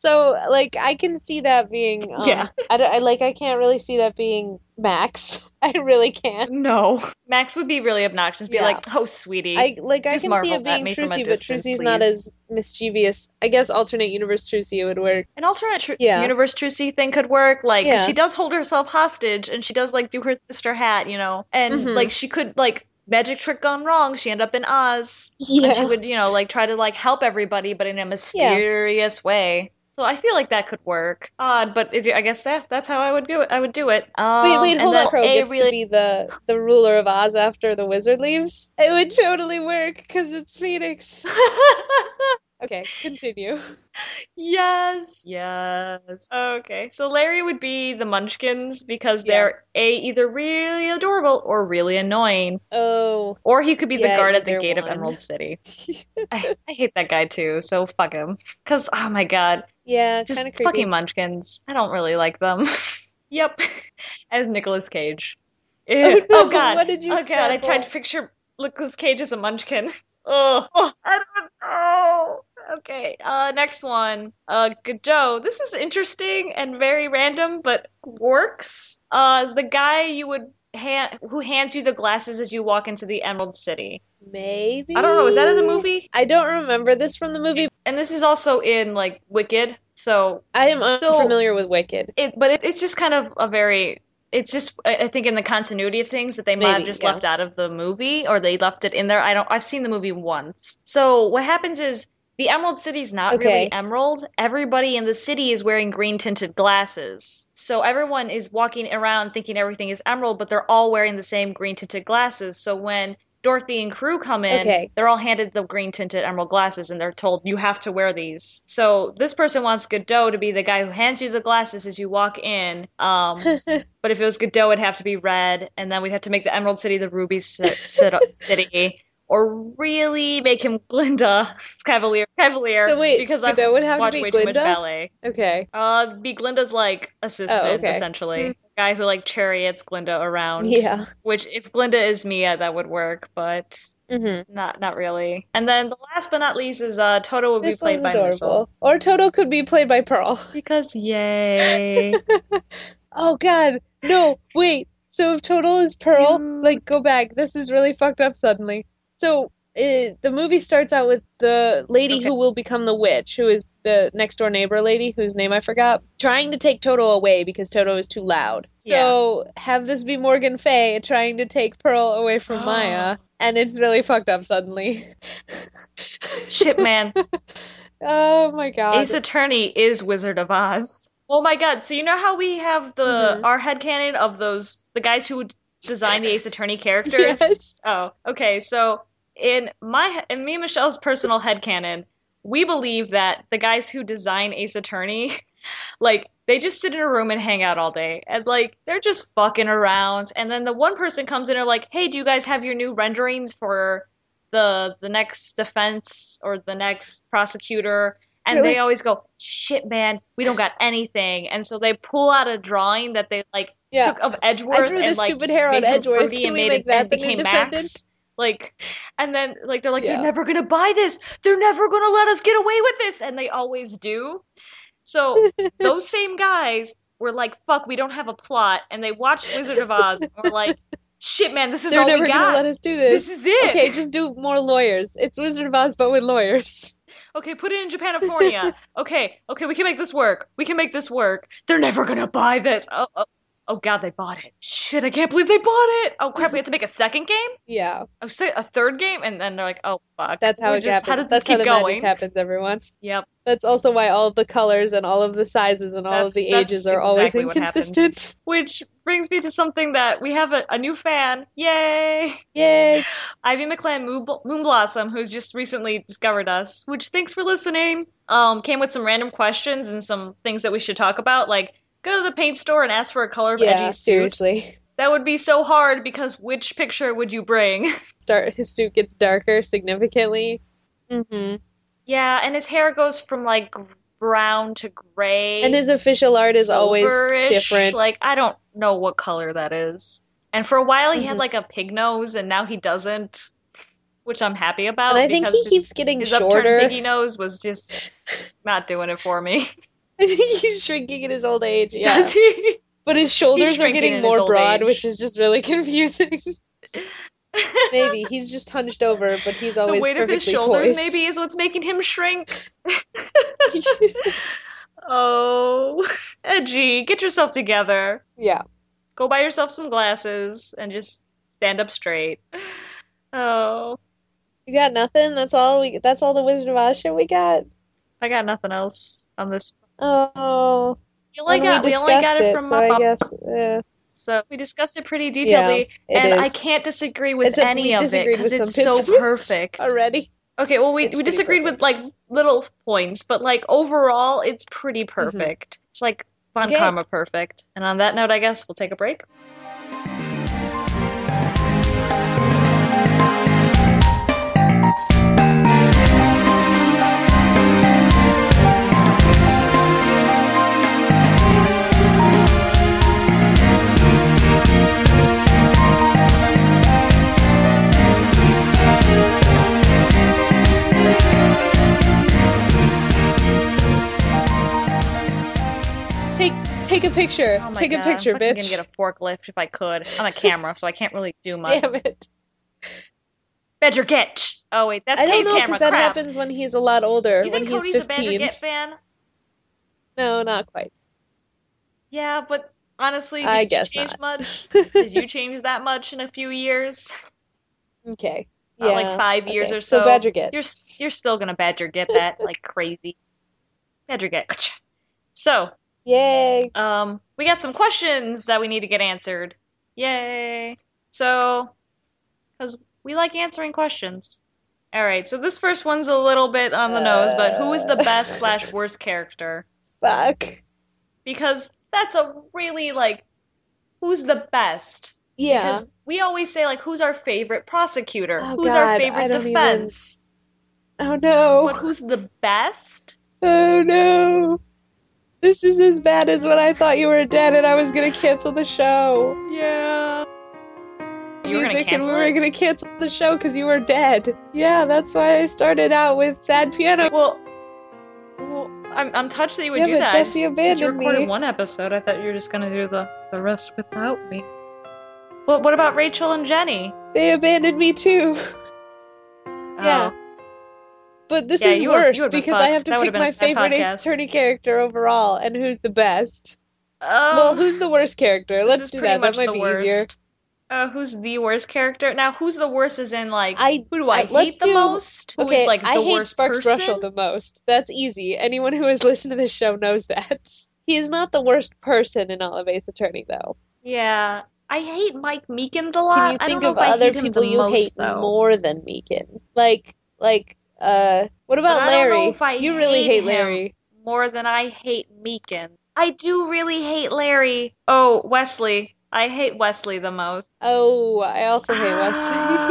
A: So like I can see that being um,
B: Yeah.
A: I, don't- I like I can't really see that being Max. I really can't.
B: No. Max would be really obnoxious, be
A: Yeah.
B: like, "Oh, sweetie."
A: I like I
B: Just
A: can see
B: marvel
A: it
B: at
A: being
B: me from a
A: Trucy, but
B: distance,
A: Trucy's not
B: please.
A: as mischievous. I guess alternate universe Trucy would work.
B: An alternate tr
A: Yeah.
B: universe Trucy thing could work, like 'cause
A: Yeah.
B: she does hold herself hostage and she does like do her sister hat, you know, and
A: Mhm.
B: like she could like magic trick gone wrong, she ended up in Oz, and she
A: Yeah.
B: would you know like try to like help everybody, but in a mysterious way. So I feel like that could work. Odd, but it, I guess that that's how I would do it. I would do it.
A: Wait,
B: Um,
A: wait,
B: and
A: hold
B: then
A: on. Crow
B: a
A: gets
B: really
A: to be the the ruler of Oz after the wizard leaves. It would totally work because it's Phoenix. Okay, continue.
B: Yes. Yes. Okay. So Larry would be the Munchkins because
A: Yeah.
B: they're A, either really adorable or really annoying.
A: Oh,
B: Or he could be the
A: Yeah,
B: guard at the
A: either
B: gate of
A: one.
B: Emerald City. I, I hate that guy too, so fuck him. Because, oh my god,
A: yeah,
B: just
A: kind of creepy.
B: fucking munchkins. I don't really like them. Yep. As Nicolas Cage.
A: Oh,
B: Ew.
A: no,
B: Oh god.
A: what did you
B: Oh god, I
A: sample?
B: tried to picture Nicolas Cage as a munchkin. Oh, oh, I don't know. Okay, uh, next one. Uh, Godot. This is interesting and very random, but works. Uh, is the guy you would hand who hands you the glasses as you walk into the Emerald City.
A: Maybe.
B: I don't know. Is that in the movie?
A: I don't remember this from the movie.
B: And this is also in like Wicked. So
A: I am
B: So-
A: unfamiliar with Wicked.
B: it, but it, it's just kind of a very it's just I I think in the continuity of things that they might have
C: Maybe,
B: just
C: yeah.
B: left out of the movie or they left it in there. I don't I've seen the movie once. So what happens is the Emerald City's not
C: Okay.
B: really emerald. Everybody in the city is wearing green tinted glasses. So everyone is walking around thinking everything is emerald, but they're all wearing the same green tinted glasses. So when Dorothy and crew come in,
C: Okay.
B: they're all handed the green tinted emerald glasses and they're told you have to wear these. So this person wants Godot to be the guy who hands you the glasses as you walk in. Um, but if it was Godot, it'd have to be red, and then we'd have to make the Emerald City the Ruby ci- ci- City, or really make him Glinda. It's Cavalier, Cavalier,
A: So wait,
B: because
A: Godot
B: I
A: would have to
B: watch
A: be
B: way too
A: Glinda?
B: much ballet.
A: Okay.
B: Uh, be Glinda's like assistant,
A: Oh, okay.
B: essentially, the guy who like chariots Glinda around.
C: Yeah.
B: Which, if Glinda is Mia, that would work, but
C: Mm-hmm.
B: not not really. And then the last but not least is uh, Toto would be
A: This
B: played
A: is
B: by
A: adorable.
B: Missile.
A: Or Toto could be played by Pearl.
B: Because yay.
A: Oh God, no, wait. So if Total is Pearl, like go back. This is really fucked up suddenly. So uh the movie starts out with the lady
B: Okay.
A: who will become the witch, who is the next door neighbor lady whose name I forgot, trying to take Toto away because Toto is too loud.
B: Yeah.
A: So have this be Morgan Fay trying to take Pearl away from Maya, and it's really fucked up suddenly.
B: Shit, man.
A: Oh my God.
B: Ace Attorney is Wizard of Oz. Oh my God! So you know how we have the
A: Mhm.
B: our headcanon of those the guys who would design the Ace Attorney characters?
A: Yes.
B: Oh, okay. So in my in me and Michelle's personal headcanon, we believe that the guys who design Ace Attorney, like they just sit in a room and hang out all day, and like they're just fucking around. And then the one person comes in and are like, "Hey, do you guys have your new renderings for the the next defense or the next prosecutor?" And
A: Really?
B: they always go, "Shit, man, we don't got anything." And so they pull out a drawing that they like
A: Yeah.
B: took of Edgeworth
A: I drew
B: and
A: this
B: like
A: stupid hair on
B: made him
A: Edgeworth.
B: Ruby
A: Can
B: and
A: we
B: made
A: make
B: it-
A: that
B: and
A: the new
B: became Max.
A: defendant?
B: Like, and then like they're like,
A: Yeah.
B: they're never gonna buy this. They're never gonna let us get away with this, and they always do. So those same guys were like, "Fuck, we don't have a plot," and they watched Wizard of Oz and were like, "Shit, man, this is
A: They're
B: all we
A: never gonna
B: got.
A: let us do
B: This
A: this.
B: is it."
A: Okay, just do more lawyers. It's Wizard of Oz, but with lawyers.
B: Okay, put it in Japanifornia. Okay, okay, we can make this work. We can make this work. They're never gonna buy this. Oh, oh, oh God, they bought it. Shit, I can't believe they bought it. Oh crap, we have to make a second game.
A: Yeah,
B: Oh, say a third game, and then they're like, "Oh fuck,
A: that's how
B: We're
A: it
B: just,
A: happens.
B: how does this
A: that's how
B: keep
A: the
B: going?"
A: magic happens, everyone.
B: Yep.
A: That's also why all of the colors and all of the sizes and all of
B: That's-
A: the
B: that's
A: ages are always
B: exactly what happens.
A: inconsistent.
B: Which brings me to something that we have a, a new fan. Yay!
A: Yay!
B: Ivy McClan Moon- Moonblossom, who's just recently discovered us, which thanks for listening. Um, came with some random questions and some things that we should talk about, like go to the paint store and ask for a color of
A: Yeah,
B: Edgy's suit.
A: seriously.
B: That would be so hard because which picture would you bring?
A: Start his suit gets darker significantly. Mm-hmm.
B: Yeah, and his hair goes from like gr- brown to gray.
A: And his official art is always
B: silverish.
A: different.
B: Like I don't know what color that is. And for a while he had
A: Mhm.
B: like a pig nose, and now he doesn't, which I'm happy about
A: and I think he
B: oh, because
A: keeps getting
B: his, his
A: shorter.
B: upturned piggy nose was just not doing it for me.
A: I think he's shrinking in his old age. Yeah.
B: Does he?
A: But his shoulders are
B: shrinking in
A: getting
B: his
A: more
B: old
A: broad,
B: age.
A: which is just really confusing. Maybe he's just hunched over, but he's
B: The
A: always
B: weight of his
A: perfectly
B: shoulders
A: poised.
B: maybe is what's making him shrink. Oh, Edgy, get yourself together.
A: yeah.
B: Go buy yourself some glasses and just stand up straight. Oh.
A: You got nothing? That's all we that's all the Wizard of Oz shit we got.
B: I got nothing else on this.
A: Oh.
B: We only
A: and
B: got
A: we
B: we only got
A: discussed
B: it
A: it,
B: from
A: so
B: my
A: I
B: mom,
A: guess uh,
B: so we discussed it pretty
A: yeah,
B: detailedly,
A: it
B: and I
A: is.
B: can't disagree with
A: Except
B: any
A: we
B: of it
A: disagreed
B: because
A: with
B: it's
A: some
B: so
A: bits.
B: perfect.
A: already.
B: Okay, well we
A: It's
B: we
A: pretty
B: disagreed with like little points, but like overall it's pretty perfect. It's like fun
A: Mm-hmm. Okay.
B: comma perfect. And on that note, I guess we'll take a break.
A: Take take a picture.
B: Oh my
A: Take a
B: God,
A: picture,
B: I'm fucking
A: bitch.
B: gonna get a forklift if I could. I'm a camera, so I can't really do much.
A: Damn it.
B: Badger get. Oh wait, that's
A: I don't
B: Kay's
A: know
B: camera.
A: because that
B: Crap.
A: happens when he's a lot older,
B: You
A: when
B: think
A: he's
B: Cody's a Badger
A: 15.
B: get fan?
A: No, not quite.
B: Yeah, but Honestly, did
A: I
B: you
A: guess
B: change
A: not.
B: much? Did you change that much in a few years?
A: okay.
B: Not
A: yeah.
B: like five years
A: okay.
B: or so.
A: So Badger gets.
B: You're s- you're still gonna badger get that like crazy. Badger get. So,
A: Yay.
B: um, we got some questions that we need to get answered. Yay! So, because we like answering questions. All right. So this first one's a little bit on the nose, but who is the
A: Uh.
B: best slash worst character?
A: Fuck.
B: Because that's a really like, who's the best?
A: Yeah.
B: Because we always say like, who's our favorite prosecutor?
A: Oh,
B: Who's our
A: God, I
B: favorite
A: don't even-
B: defense?
A: Oh no.
B: But who's the best?
A: Oh no. This is as bad as when I thought you were dead and I was gonna cancel the show.
B: Yeah. You were gonna
A: Music and we
B: cancel
A: were
B: it?
A: gonna cancel the show because you were dead. Yeah, that's why I started out with sad piano.
B: Well, well, I'm I'm touched that you would
A: Yeah,
B: do
A: but
B: that. I
A: Jesse
B: just- since you
A: abandoned
B: recorded
A: me.
B: one episode. I thought you were just gonna do the the rest without me. Well, what about Rachel and Jenny?
A: They abandoned me too. Yeah.
B: Oh,
A: But this
B: Yeah,
A: is
B: you were- you
A: worse
B: would've been
A: because I
B: fucked.
A: have to
B: That
A: pick
B: would've been a
A: my
B: sad
A: favorite Ace
B: podcast.
A: Attorney character overall and who's the best.
B: Um,
A: Well, who's the worst character?
B: this
A: Let's
B: is
A: do
B: pretty
A: that. That
B: much
A: might
B: the
A: be
B: worst.
A: easier.
B: Uh, who's the worst character? Now, who's the worst is in like
A: I
B: who do I,
A: I- let's
B: hate the
A: do-
B: most? Who is
A: okay,
B: like the
A: I hate
B: worst
A: Sparks
B: person?
A: Russell the most. That's easy. Anyone who has listened to this show knows that. He is not the worst person in all of Ace Attorney, though.
B: Yeah. I hate Mike Meekins a
A: Can
B: lot.
A: you
B: I don't
A: think
B: know
A: of
B: if I
A: other
B: hate him
A: people
B: the
A: you
B: most
A: hate
B: though.
A: more than Meekin? Like, like, uh, what about
B: But I don't know
A: Larry?
B: if I
A: You really
B: hate
A: hate
B: him.
A: Larry.
B: more than I hate Meekin. I do really hate Larry. Oh, Wesley. I hate Wesley the most.
A: Oh, I also hate Wesley.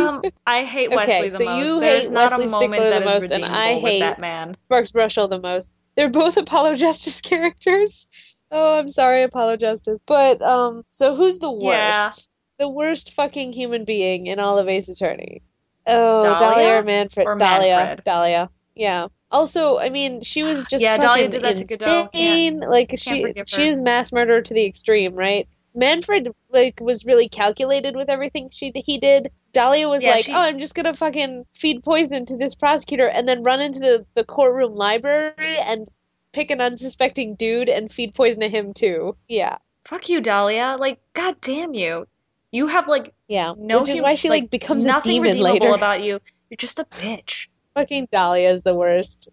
B: Um, I hate
A: Okay,
B: Wesley the
A: so
B: most.
A: you
B: There's
A: hate
B: not a
A: Wesley
B: moment
A: Stickler
B: that
A: the
B: is
A: most, and I
B: redeemable with that
A: hate-
B: man.
A: Sparks Brushell the most. They're both Apollo Justice characters. Oh, I'm sorry, Apollo Justice. But um, so who's the
B: Yeah.
A: worst? The worst fucking human being in all of Ace Attorney. Oh,
B: Dahlia?
A: Dahlia or Manfred?
B: Or
A: Dahlia.
B: Manfred?
A: Dahlia. Yeah. Also, I mean, she was just
B: Yeah,
A: fucking
B: Dahlia did that to Godot. Can't-
A: insane. Like she
B: forgive
A: she
B: her.
A: is mass murder to the extreme, right? Manfred like was really calculated with everything she he did. Dahlia was
B: Yeah,
A: like,
B: she-
A: "Oh, I'm just gonna fucking feed poison to this prosecutor and then run into the, the courtroom library and pick an unsuspecting dude and feed poison to him too." Yeah,
B: Fuck you, Dahlia. Like, god damn you. You have like
A: yeah.
B: no
A: Which is
B: hu-
A: why she
B: like
A: like becomes a
B: nothing
A: demon
B: redeemable
A: later.
B: about you. You're just a bitch.
A: Fucking Dahlia is the worst.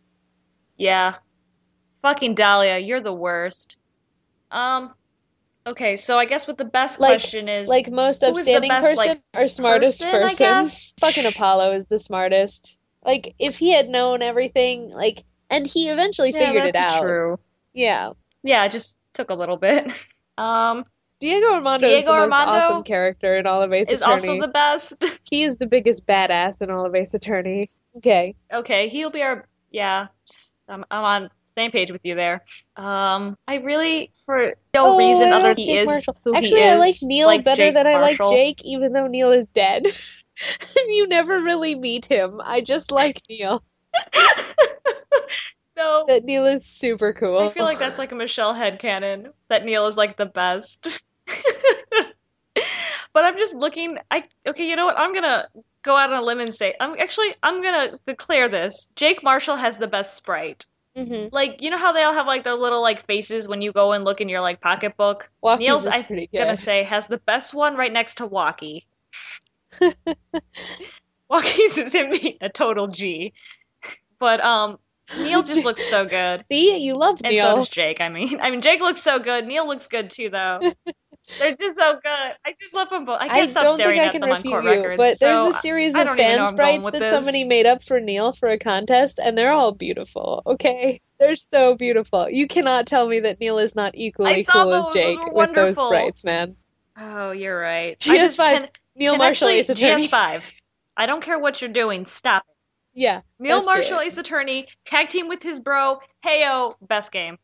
B: Yeah. Fucking Dahlia, you're the worst. Um, okay, so I guess what the best
A: Like-
B: question is
A: Like most
B: Who is the
A: upstanding
B: best,
A: person
B: like,
A: or smartest
B: person, I guess?
A: Fucking Apollo is the smartest. Like if he had known everything, like and he eventually
B: Yeah,
A: figured it
B: that's
A: out.
B: true.
A: Yeah.
B: Yeah, it just took a little bit. Um,
A: Diego Armando is
B: Diego
A: the most
B: Armando
A: awesome character in all of Ace
B: is also
A: Attorney.
B: the best.
A: He is the biggest badass in all of Ace Attorney. Okay.
B: Okay, he'll be our yeah. I'm I'm on same page with you there. Um, I really for no
A: Oh,
B: reason
A: I
B: other
A: like
B: than he
A: Jake
B: is
A: Marshall.
B: who he
A: Actually, I like
B: is,
A: Neil
B: like
A: better
B: Jake
A: than I like
B: Marshall.
A: Jake, even though Neil is dead. You never really meet him. I just like Neil.
B: No,
A: That Neil is super
B: I
A: cool.
B: feel like that's like a Michelle headcanon that Neil is like the best. But I'm just looking. I okay, you know what? I'm gonna go out on a limb and say I'm actually I'm gonna declare this. Jake Marshall has the best sprite.
A: Mhm.
B: Like, you know how they all have like their little like faces when you go and look in your like pocketbook?
A: Joaquin's
B: Neil's,
A: is
B: I
A: pretty
B: Gonna
A: good.
B: say has the best one right next to Walkie. Walkie's is in me a total G. But um Neil just looks so good.
A: See, you love
B: And so
A: Neil.
B: does Jake, I mean. I mean Jake looks so good. Neil looks good too though. They're just so good. I just love them both. I
A: I
B: can't stop
A: don't
B: staring
A: think I
B: at
A: can
B: them on
A: refute
B: court
A: you,
B: records.
A: but there's
B: So
A: a series
B: I
A: of
B: don't even know
A: fan
B: where I'm going
A: sprites
B: with
A: that
B: this.
A: somebody made up for Neil for a contest, and they're all beautiful. Okay, they're so beautiful. You cannot tell me that Neil is not
B: I
A: equally
B: saw
A: cool as
B: those. Those
A: Jake
B: were
A: with those
B: wonderful.
A: sprites, man.
B: Oh, you're right. I just
A: GS5,
B: can
A: Neil
B: can
A: Marshall,
B: actually
A: Ace Attorney.
B: GS5. I don't care what you're doing. Stop it.
A: Yeah,
B: Neil
A: Let's do
B: Marshall,
A: it.
B: Ace Attorney, tag team with his bro, Heyo, best game.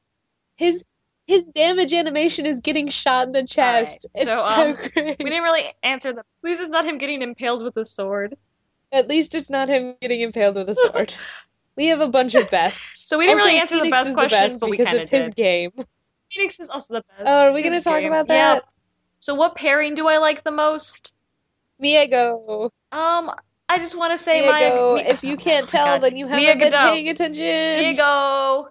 A: his his damage animation is getting shot in the chest. It's
B: All right, so,
A: so
B: um,
A: great.
B: We didn't really answer the. Please, it's not him getting impaled with a sword.
A: At least it's not him getting impaled with a sword. We have a bunch of bests.
B: So we didn't
A: Also,
B: really answer the
A: Phoenix
B: best
A: is
B: question,
A: best
B: but we
A: because
B: kinda
A: it's his
B: did.
A: game.
B: Phoenix is also the best.
A: Oh, are we
B: It's
A: gonna
B: his
A: talk
B: game.
A: about
B: Yeah.
A: that?
B: So what pairing do I like the most?
A: Miego.
B: Um, I just want to say my
A: Diego,
B: Mi-
A: if you can't
B: Oh my
A: tell,
B: God.
A: then you haven't
B: Mia
A: been
B: Goodell.
A: paying attention.
B: Diego.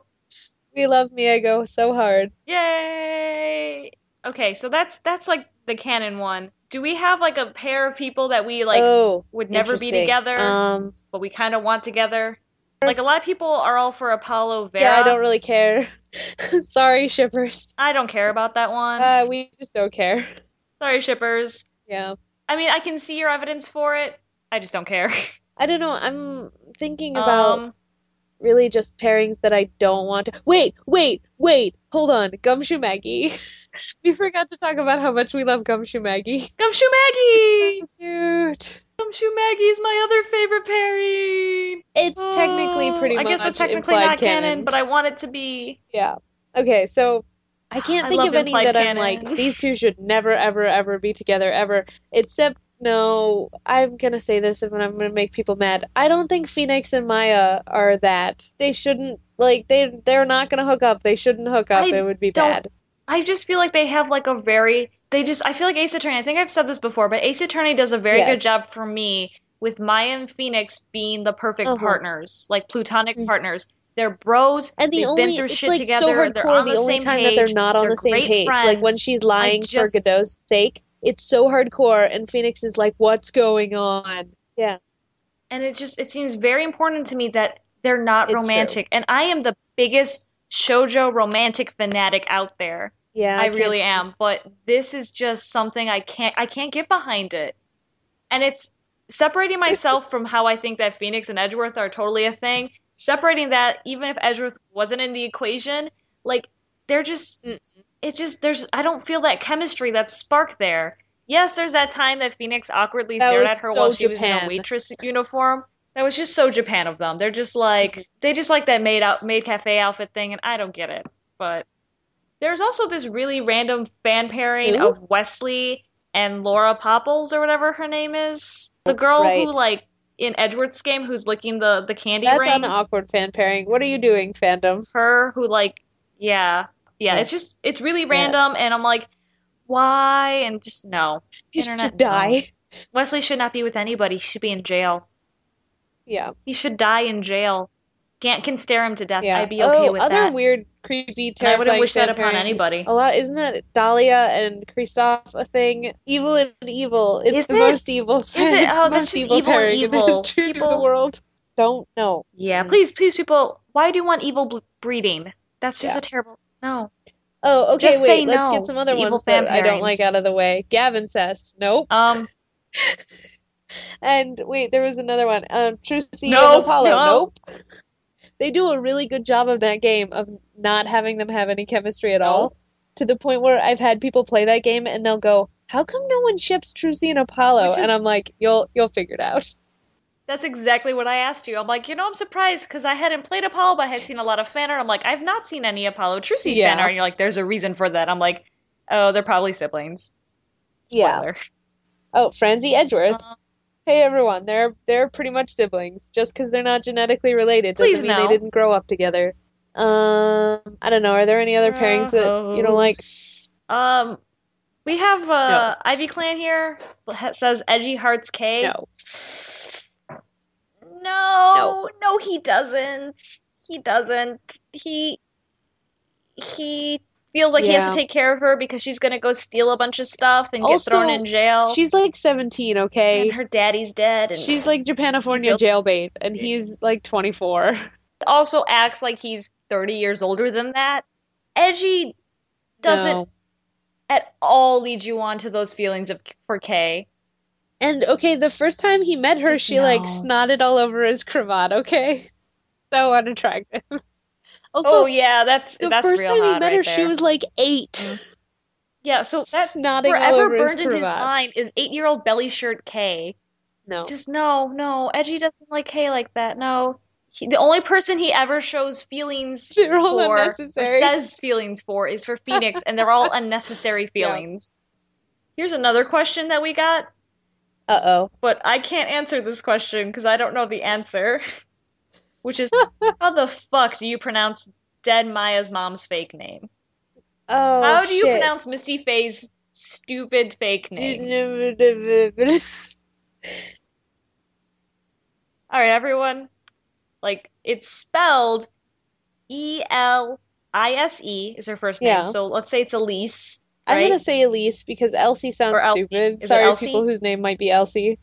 A: We love Miego so hard.
B: Yay! Okay, so that's that's like the canon one. Do we have like a pair of people that we like
A: oh,
B: would never be
A: interesting.
B: together,
A: Um,
B: but we kind of want together? Like a lot of people are all for Apollo Vera.
A: yeah, I don't really care. Sorry, shippers.
B: I don't care about that one.
A: Uh, we just don't care.
B: Sorry, shippers.
A: Yeah.
B: I mean, I can see your evidence for it. I just don't care.
A: I don't know. I'm thinking about
B: um,
A: really just pairings that I don't want to. Wait, wait, wait. Hold on. Gumshoe Maggie. we forgot to talk about how much we love Gumshoe Maggie.
B: Gumshoe Maggie.
A: Cute.
B: Gumshoe Maggie is my other favorite pairing.
A: It's technically
B: Oh,
A: pretty
B: I
A: much
B: guess it's technically
A: implied
B: not canon,
A: canon,
B: but I want it to be.
A: Yeah. Okay, so I can't
B: I
A: think
B: love
A: of any
B: implied
A: that I'm
B: canon.
A: like, these two should never, ever, ever be together, ever. Except, no, I'm gonna say this and I'm gonna make people mad. I don't think Phoenix and Maya are that. They shouldn't, like, they, they're not gonna hook up. They shouldn't hook up.
B: I
A: It would be
B: don't-
A: bad.
B: I just feel like they have like a very. They just. I feel like Ace Attorney. I think I've said this before, but Ace Attorney does a very
A: Yes.
B: good job for me with Maya and Phoenix being the perfect
A: Uh-huh.
B: partners, like plutonic
A: Mhm.
B: partners. They're bros.
A: And the
B: They've
A: only,
B: been through
A: it's
B: shit
A: like so
B: together. They're
A: hardcore
B: on the
A: the only
B: same
A: time that they're
B: page.
A: not on
B: They're
A: the same
B: great
A: page. Like when
B: friends.
A: she's lying
B: just-
A: for Godot's sake, it's so hardcore and Phoenix is like, what's going on? Yeah.
B: and it just it seems very important to me that they're not
A: It's true.
B: romantic and i am the biggest shoujo romantic fanatic out there
A: Yeah,
B: i,
A: can't-
B: really am but this is just something i can't i can't get behind it and it's separating myself from how i think that phoenix and edgeworth are totally a thing separating that even if edgeworth wasn't in the equation like they're just
A: Mm-mm.
B: it just there's i don't feel that chemistry that spark there yes there's that time that phoenix awkwardly
A: That
B: stared
A: was
B: at her
A: so
B: while she was in a
A: Japan.
B: waitress uniform that was just so japan of them they're just like
A: Mm-hmm.
B: they just like that maid out maid cafe outfit thing and i don't get it but there's also this really random fan pairing
A: Who?
B: of wesley and laura popples or whatever her name is the girl
A: Oh, Right.
B: who like in edward's game who's licking the the candy
A: That's
B: ring
A: an awkward fan pairing. What are you doing, fandom?
B: her who like yeah yeah
A: Yeah.
B: it's just it's really random and i'm like why and just no
A: You
B: Internet
A: should die.
B: wesley should not be with anybody he should be in jail
A: Yeah,
B: he should die in jail can't can stare him to death
A: yeah.
B: i'd be okay
A: oh,
B: with
A: other
B: that
A: weird, creepy,
B: and i
A: terrifying
B: wouldn't wish that
A: fan
B: upon
A: pairings.
B: anybody
A: A lot, isn't that Dahlia and Kristoff a thing? Evil and evil. It's
B: Is
A: the
B: it?
A: most evil. Is
B: it? Oh, that's just
A: evil
B: evil and
A: pairing in the
B: evil.
A: history of the
B: People-
A: world. Don't know.
B: yeah
A: Mm.
B: please please people why do you want evil bl- breeding that's just
A: Yeah.
B: a terrible no
A: Oh, okay.
B: Just
A: wait.
B: say
A: let's
B: no
A: get some other
B: to evil
A: ones
B: fan
A: that I don't like
B: pairings.
A: out of the way. Gavin Cest. Nope.
B: um
A: And wait, there was another one. Um, Trucy
B: Nope,
A: and Apollo.
B: no.
A: Nope. They do a really good job of that game of not having them have any chemistry at all.
B: No.
A: To the point where I've had people play that game and they'll go, "How come no one ships Trucy and Apollo?"
B: Which is-
A: And I'm like, "You'll you'll figure it out."
B: That's exactly what I asked you. I'm like, you know, I'm surprised because I hadn't played Apollo, but I had seen a lot of fan art. I'm like, I've not seen any Apollo Trucy
A: Yeah.
B: fan art. And you're like, there's a reason for that. I'm like, oh, they're probably siblings.
A: Yeah.
B: Spoiler.
A: Oh, Francie Edgeworth.
B: Um,
A: Hey everyone, they're they're pretty much siblings. Just because they're not genetically related doesn't
B: Please
A: mean they
B: no.
A: didn't grow up together. Um, I don't know. Are there any other pairings that you don't like?
B: Gross. Um, we have uh, Ivy Clan here. It says Edgy Hearts K.
A: No.
B: No, no, he doesn't. He doesn't. He he feels like he has to
A: Yeah.
B: take care of her because she's gonna go steal a bunch of stuff and get thrown
A: Also,
B: in jail.
A: She's like 17, okay?
B: And her daddy's dead, and
A: She's like Japanifornia
B: Nope.
A: jailbait, and he's like 24.
B: also acts like he's 30 years older than that. Edgy doesn't
A: No.
B: at all lead you on to those feelings of for Kay.
A: And okay, the first time he met her,
B: Just
A: she like
B: no.
A: snotted all over his cravat, okay? So unattractive.
B: Oh
A: Also,
B: yeah, that's
A: the
B: that's
A: first
B: real
A: time he
B: hot
A: met
B: right
A: her, she
B: there.
A: was like eight.
B: Mm. Yeah, so that's
A: snotting all
B: forever
A: over his
B: burned in his
A: cravat.
B: mind is eight-year-old belly shirt Kay.
A: No.
B: Just no, no, Edgy doesn't like Kay like that. No, he, the only person he ever shows feelings
A: They're all
B: for or
A: unnecessary.
B: says feelings for is for Phoenix, and they're all unnecessary feelings. Here's another question that we got,
A: Uh-oh.
B: but I can't answer this question because I don't know the answer, which is how the fuck do you pronounce Dead Maya's mom's fake name?
A: Oh,
B: How do you
A: shit.
B: pronounce Misty Faye's stupid fake name? All right, everyone. Like it's spelled E L I S E is her first name.
A: Yeah.
B: So let's say it's Elise.
A: I'm
B: right?
A: gonna say Elise because Elsie sounds
B: Or Elsie.
A: stupid.
B: Is it
A: Sorry,
B: Elsie?
A: people whose name might be Elsie.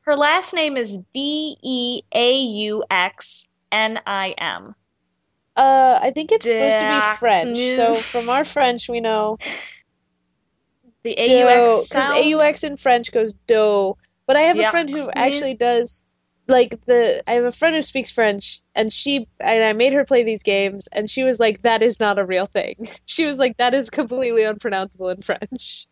B: Her last name is D E A U X N I M.
A: Uh, I think it's supposed to be
B: Dax
A: French.
B: knew.
A: So from our French, we know
B: The
A: do because
B: AUX sound.
A: AUX in French goes do. But I have a
B: Yeah.
A: friend who
B: Mhm.
A: actually does like the. I have a friend who speaks French, and she and I made her play these games, and she was like, "That is not a real thing." She was like, "That is completely unpronounceable in French."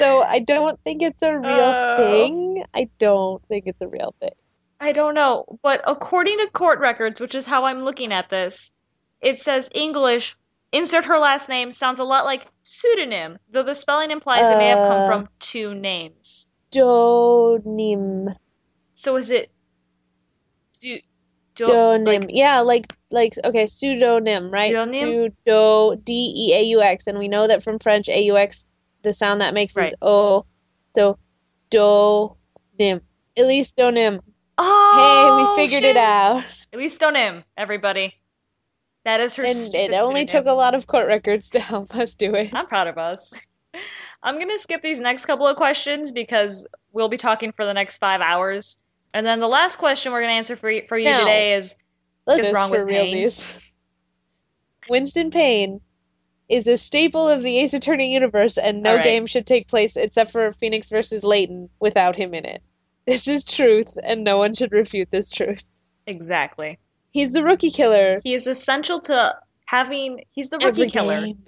A: So I don't think it's a real
B: Oh.
A: thing. I don't think it's a real thing.
B: I don't know, but according to court records, which is how I'm looking at this, it says English, insert her last name, sounds a lot like pseudonym, though the spelling implies it may have come
A: Uh.
B: from two names.
A: Donim.
B: So is it do, do,
A: Donim.
B: like
A: Yeah, like like okay, pseudonym, right?
B: Pseudonym?
A: Pseudo D E A U X, and we know that from French A U X the sound that makes is
B: Right.
A: O. So donim. Elise donim.
B: Oh,
A: Hey, we figured it
B: shit.
A: out.
B: At least don't him, everybody. That is her
A: And
B: stupid
A: it only took
B: pseudonym.
A: a lot of court records to help us do it.
B: I'm proud of us. I'm gonna skip these next couple of questions because we'll be talking for the next five hours. And then the last question we're gonna answer for you, for you
A: No.
B: today is
A: Let's
B: is
A: do
B: wrong
A: this for
B: with Payne?
A: realties. Winston Payne is a staple of the Ace Attorney universe, and no
B: All right.
A: game should take place except for Phoenix versus Leighton without him in it. This is truth, and no one should refute this truth.
B: exactly.
A: He's the rookie killer.
B: He is essential to having. He's the rookie
A: every
B: killer,
A: game.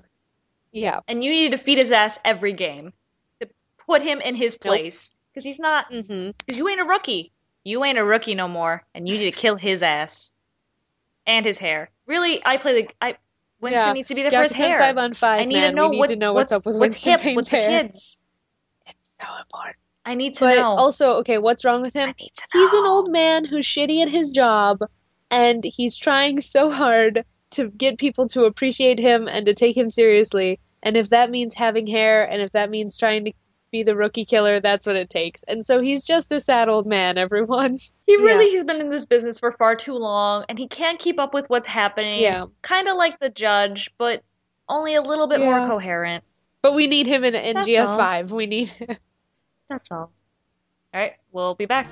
A: Yeah.
B: and you need to feed his ass every game to put him in his place because he's not.
A: hmm
B: Because you ain't a rookie. You ain't a rookie no more, and you need to kill his ass and his hair. Really, I play the. I Winston
A: Yeah.
B: needs to be there for
A: Got
B: his
A: to
B: hair.
A: five on five,
B: I need
A: man.
B: to know
A: we need
B: what,
A: to know what's, up with
B: what's
A: Winston
B: hip
A: Payne's
B: with
A: hair.
B: the kids.
A: It's so important.
B: I need to
A: But
B: know.
A: also, okay, what's wrong with
B: I
A: him?
B: need to know.
A: He's an old man who's shitty at his job, and he's trying so hard to get people to appreciate him and to take him seriously. And if that means having hair, and if that means trying to be the rookie killer, that's what it takes. And so he's just a sad old man, everyone.
B: He really has been in this business for far too long, and he can't keep up with what's happening.
A: Yeah.
B: Kind of like the judge, but only a little bit more
A: Yeah.
B: coherent.
A: But we need him in
B: That's
A: NGS5. We need him.
B: That's all. All right, we'll be back.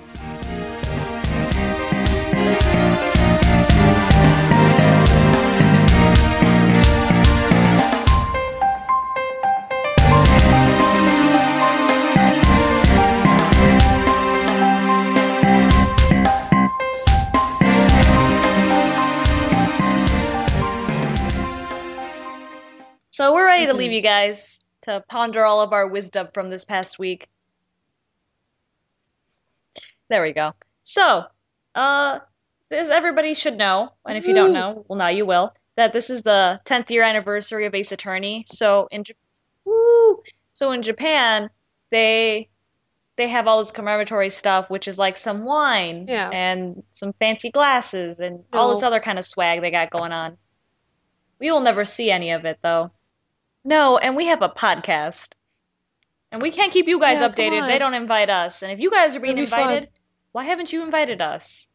B: So we're ready to
A: Mhm.
B: leave you guys to ponder all of our wisdom from this past week. There we go. So, uh, as everybody should know, and if you don't
A: Woo.
B: know, well, now you will, that this is the 10th year anniversary of Ace Attorney. So in Japan, woo, so in Japan, they they have all this commemoratory stuff, which is like some wine
A: Yeah.
B: and some fancy glasses and all this
A: No.
B: other kind of swag they got going on. We will never see any of it, though. No, and we have a podcast. And we can't keep you guys
A: Yeah, come
B: updated. They
A: on.
B: don't invite us. And if you guys are being
A: It'll be fun.
B: invited, why haven't you invited us?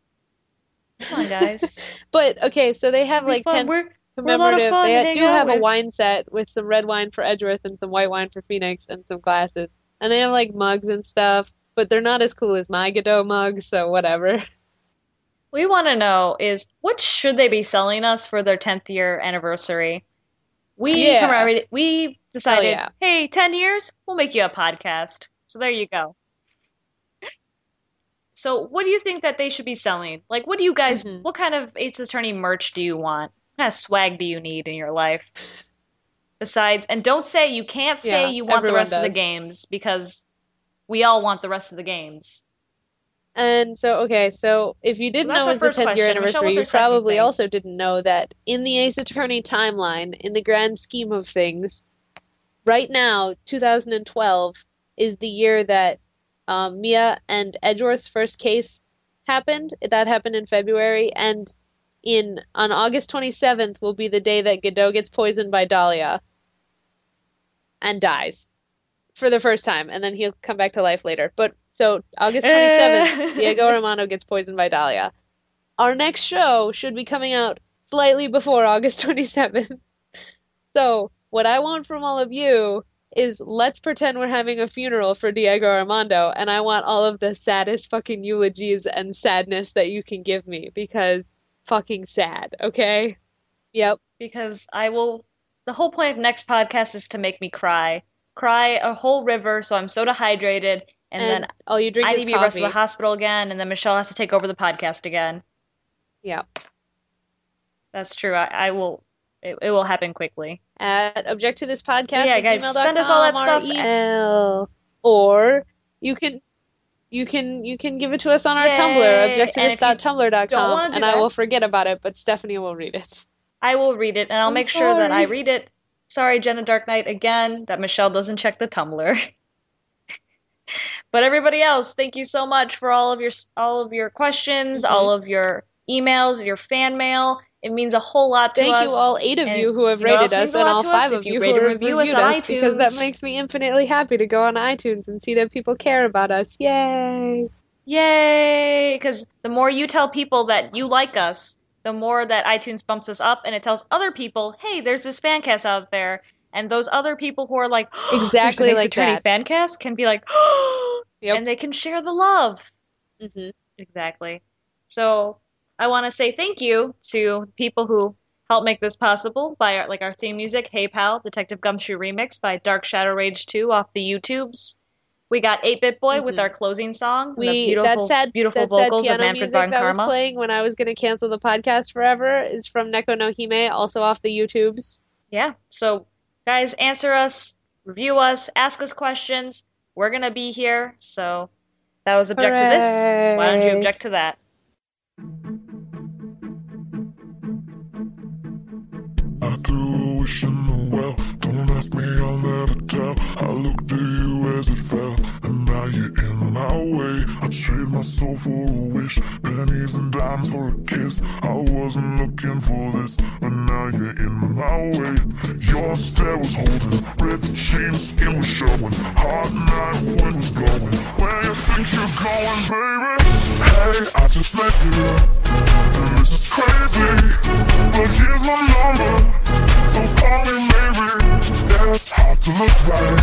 B: Come on, guys.
A: But okay, so they have
B: It'll be
A: like
B: fun.
A: 10
B: We're We're a lot of
A: commemorative.
B: fun to
A: They
B: hang
A: do
B: out
A: have a
B: with.
A: wine set with some red wine for Edgeworth and some white wine for Phoenix and some glasses. And they have like mugs and stuff, but they're not as cool as my Godot mugs, so whatever.
B: we want to know is what should they be selling us for their 10th year anniversary? We
A: Yeah.
B: commemorated, we decided,
A: yeah.
B: hey, 10 years, we'll make you a podcast. So there you go. So what do you think that they should be selling? Like, what do you guys,
A: Mhm.
B: what kind of Ace Attorney merch do you want? What kind of swag do you need in your life? Besides, and don't say you can't say
A: Yeah,
B: you want the
A: everyone
B: rest of the
A: does.
B: games because we all want the rest of the games.
A: And so, okay, so if you didn't
B: That's
A: know
B: our
A: it was
B: first
A: the 10th year
B: question. Michelle,
A: anniversary,
B: what's our
A: you probably
B: second thing?
A: also didn't know that in the Ace Attorney timeline, in the grand scheme of things, right now, 2012 is the year that um, Mia and Edgeworth's first case happened. That happened in February, and in on August 27th will be the day that Godot gets poisoned by Dahlia and dies for the first time, and then he'll come back to life later. But so August 27th, Diego Romano gets poisoned by Dahlia. Our next show should be coming out slightly before August 27th. So What I want from all of you is let's pretend we're having a funeral for Diego Armando, and I want all of the saddest fucking eulogies and sadness that you can give me because fucking sad, okay? Yep.
B: because I will. The whole point of next podcast is to make me cry, cry a whole river, so I'm so dehydrated,
A: And,
B: and, then
A: all you drink
B: I
A: is
B: need to be
A: coffee.
B: rushed to the hospital again, and then Michelle has to take over the podcast again.
A: yeah.
B: That's true. I, I will. It, it will happen quickly.
A: at object to this podcast
B: Yeah,
A: at
B: guys,
A: gmail.com
B: send us all that stuff.
A: R-E-L. or you can you can you can give it to us on our
B: Yay.
A: Tumblr object to
B: And if you don't wanna
A: this.tumblr.com
B: do
A: and I will
B: that-
A: forget about it but Stephanie will read it
B: I will read it, and I'll
A: I'm
B: make sure that I
A: sorry.
B: read it. Sorry, Jenna Dark Knight, again, that Michelle doesn't check the Tumblr. But everybody else, thank you so much for all of your all of your questions,
A: Mhm.
B: all of your emails, your fan mail. It means a whole lot to
A: thank
B: us.
A: you all eight of
B: and
A: you who have
B: you know what
A: rated
B: else
A: us
B: means a
A: and
B: lot
A: all
B: to us?
A: five
B: If
A: of
B: you
A: you
B: rate
A: who
B: and
A: have
B: review us
A: reviewed
B: on
A: us because that
B: iTunes.
A: makes me infinitely happy to go on iTunes and see that people care about us yay
B: Yay! Because the more you tell people that you like us, the more that iTunes bumps us up and it tells other people, hey, there's this fan cast out there. And those other people who are like, "There's an
A: Exactly
B: Ace
A: like
B: Attorney
A: that.
B: fan cast can be like,
A: Yep.
B: and they can share the love.
A: hmm
B: Exactly. So I want to say thank you to people who helped make this possible by our, like our theme music, Hey Pal, Detective Gumshoe Remix by Dark Shadow Rage 2 off the YouTubes. We got 8-Bit Boy with
A: Mhm.
B: our closing song, and the
A: we that
B: beautiful,
A: sad
B: beautiful
A: that sad
B: vocals of
A: piano
B: Manfred
A: music
B: Von
A: that was
B: Karma.
A: playing when I was going to cancel the podcast forever is from Neko no Hime, also off the YouTubes.
B: Yeah. So, guys, answer us, review us, ask us questions. We're going to be here. So, that was object to this. Why don't you
A: Hooray.
B: object to that?
C: I threw a wish in the well. Don't ask me, I'll never tell. I looked to you as it fell, and now you're in my way. I trade my soul for a wish, pennies and dimes for a kiss. I wasn't looking for this, but now you're in my way. Your stare was holding, red jeans skin was showing, hard night wind was blowing. Where you think you're going, baby? Hey, I just met you. and This is crazy. But here's my number, so call me maybe. Yeah, it's hard to look right.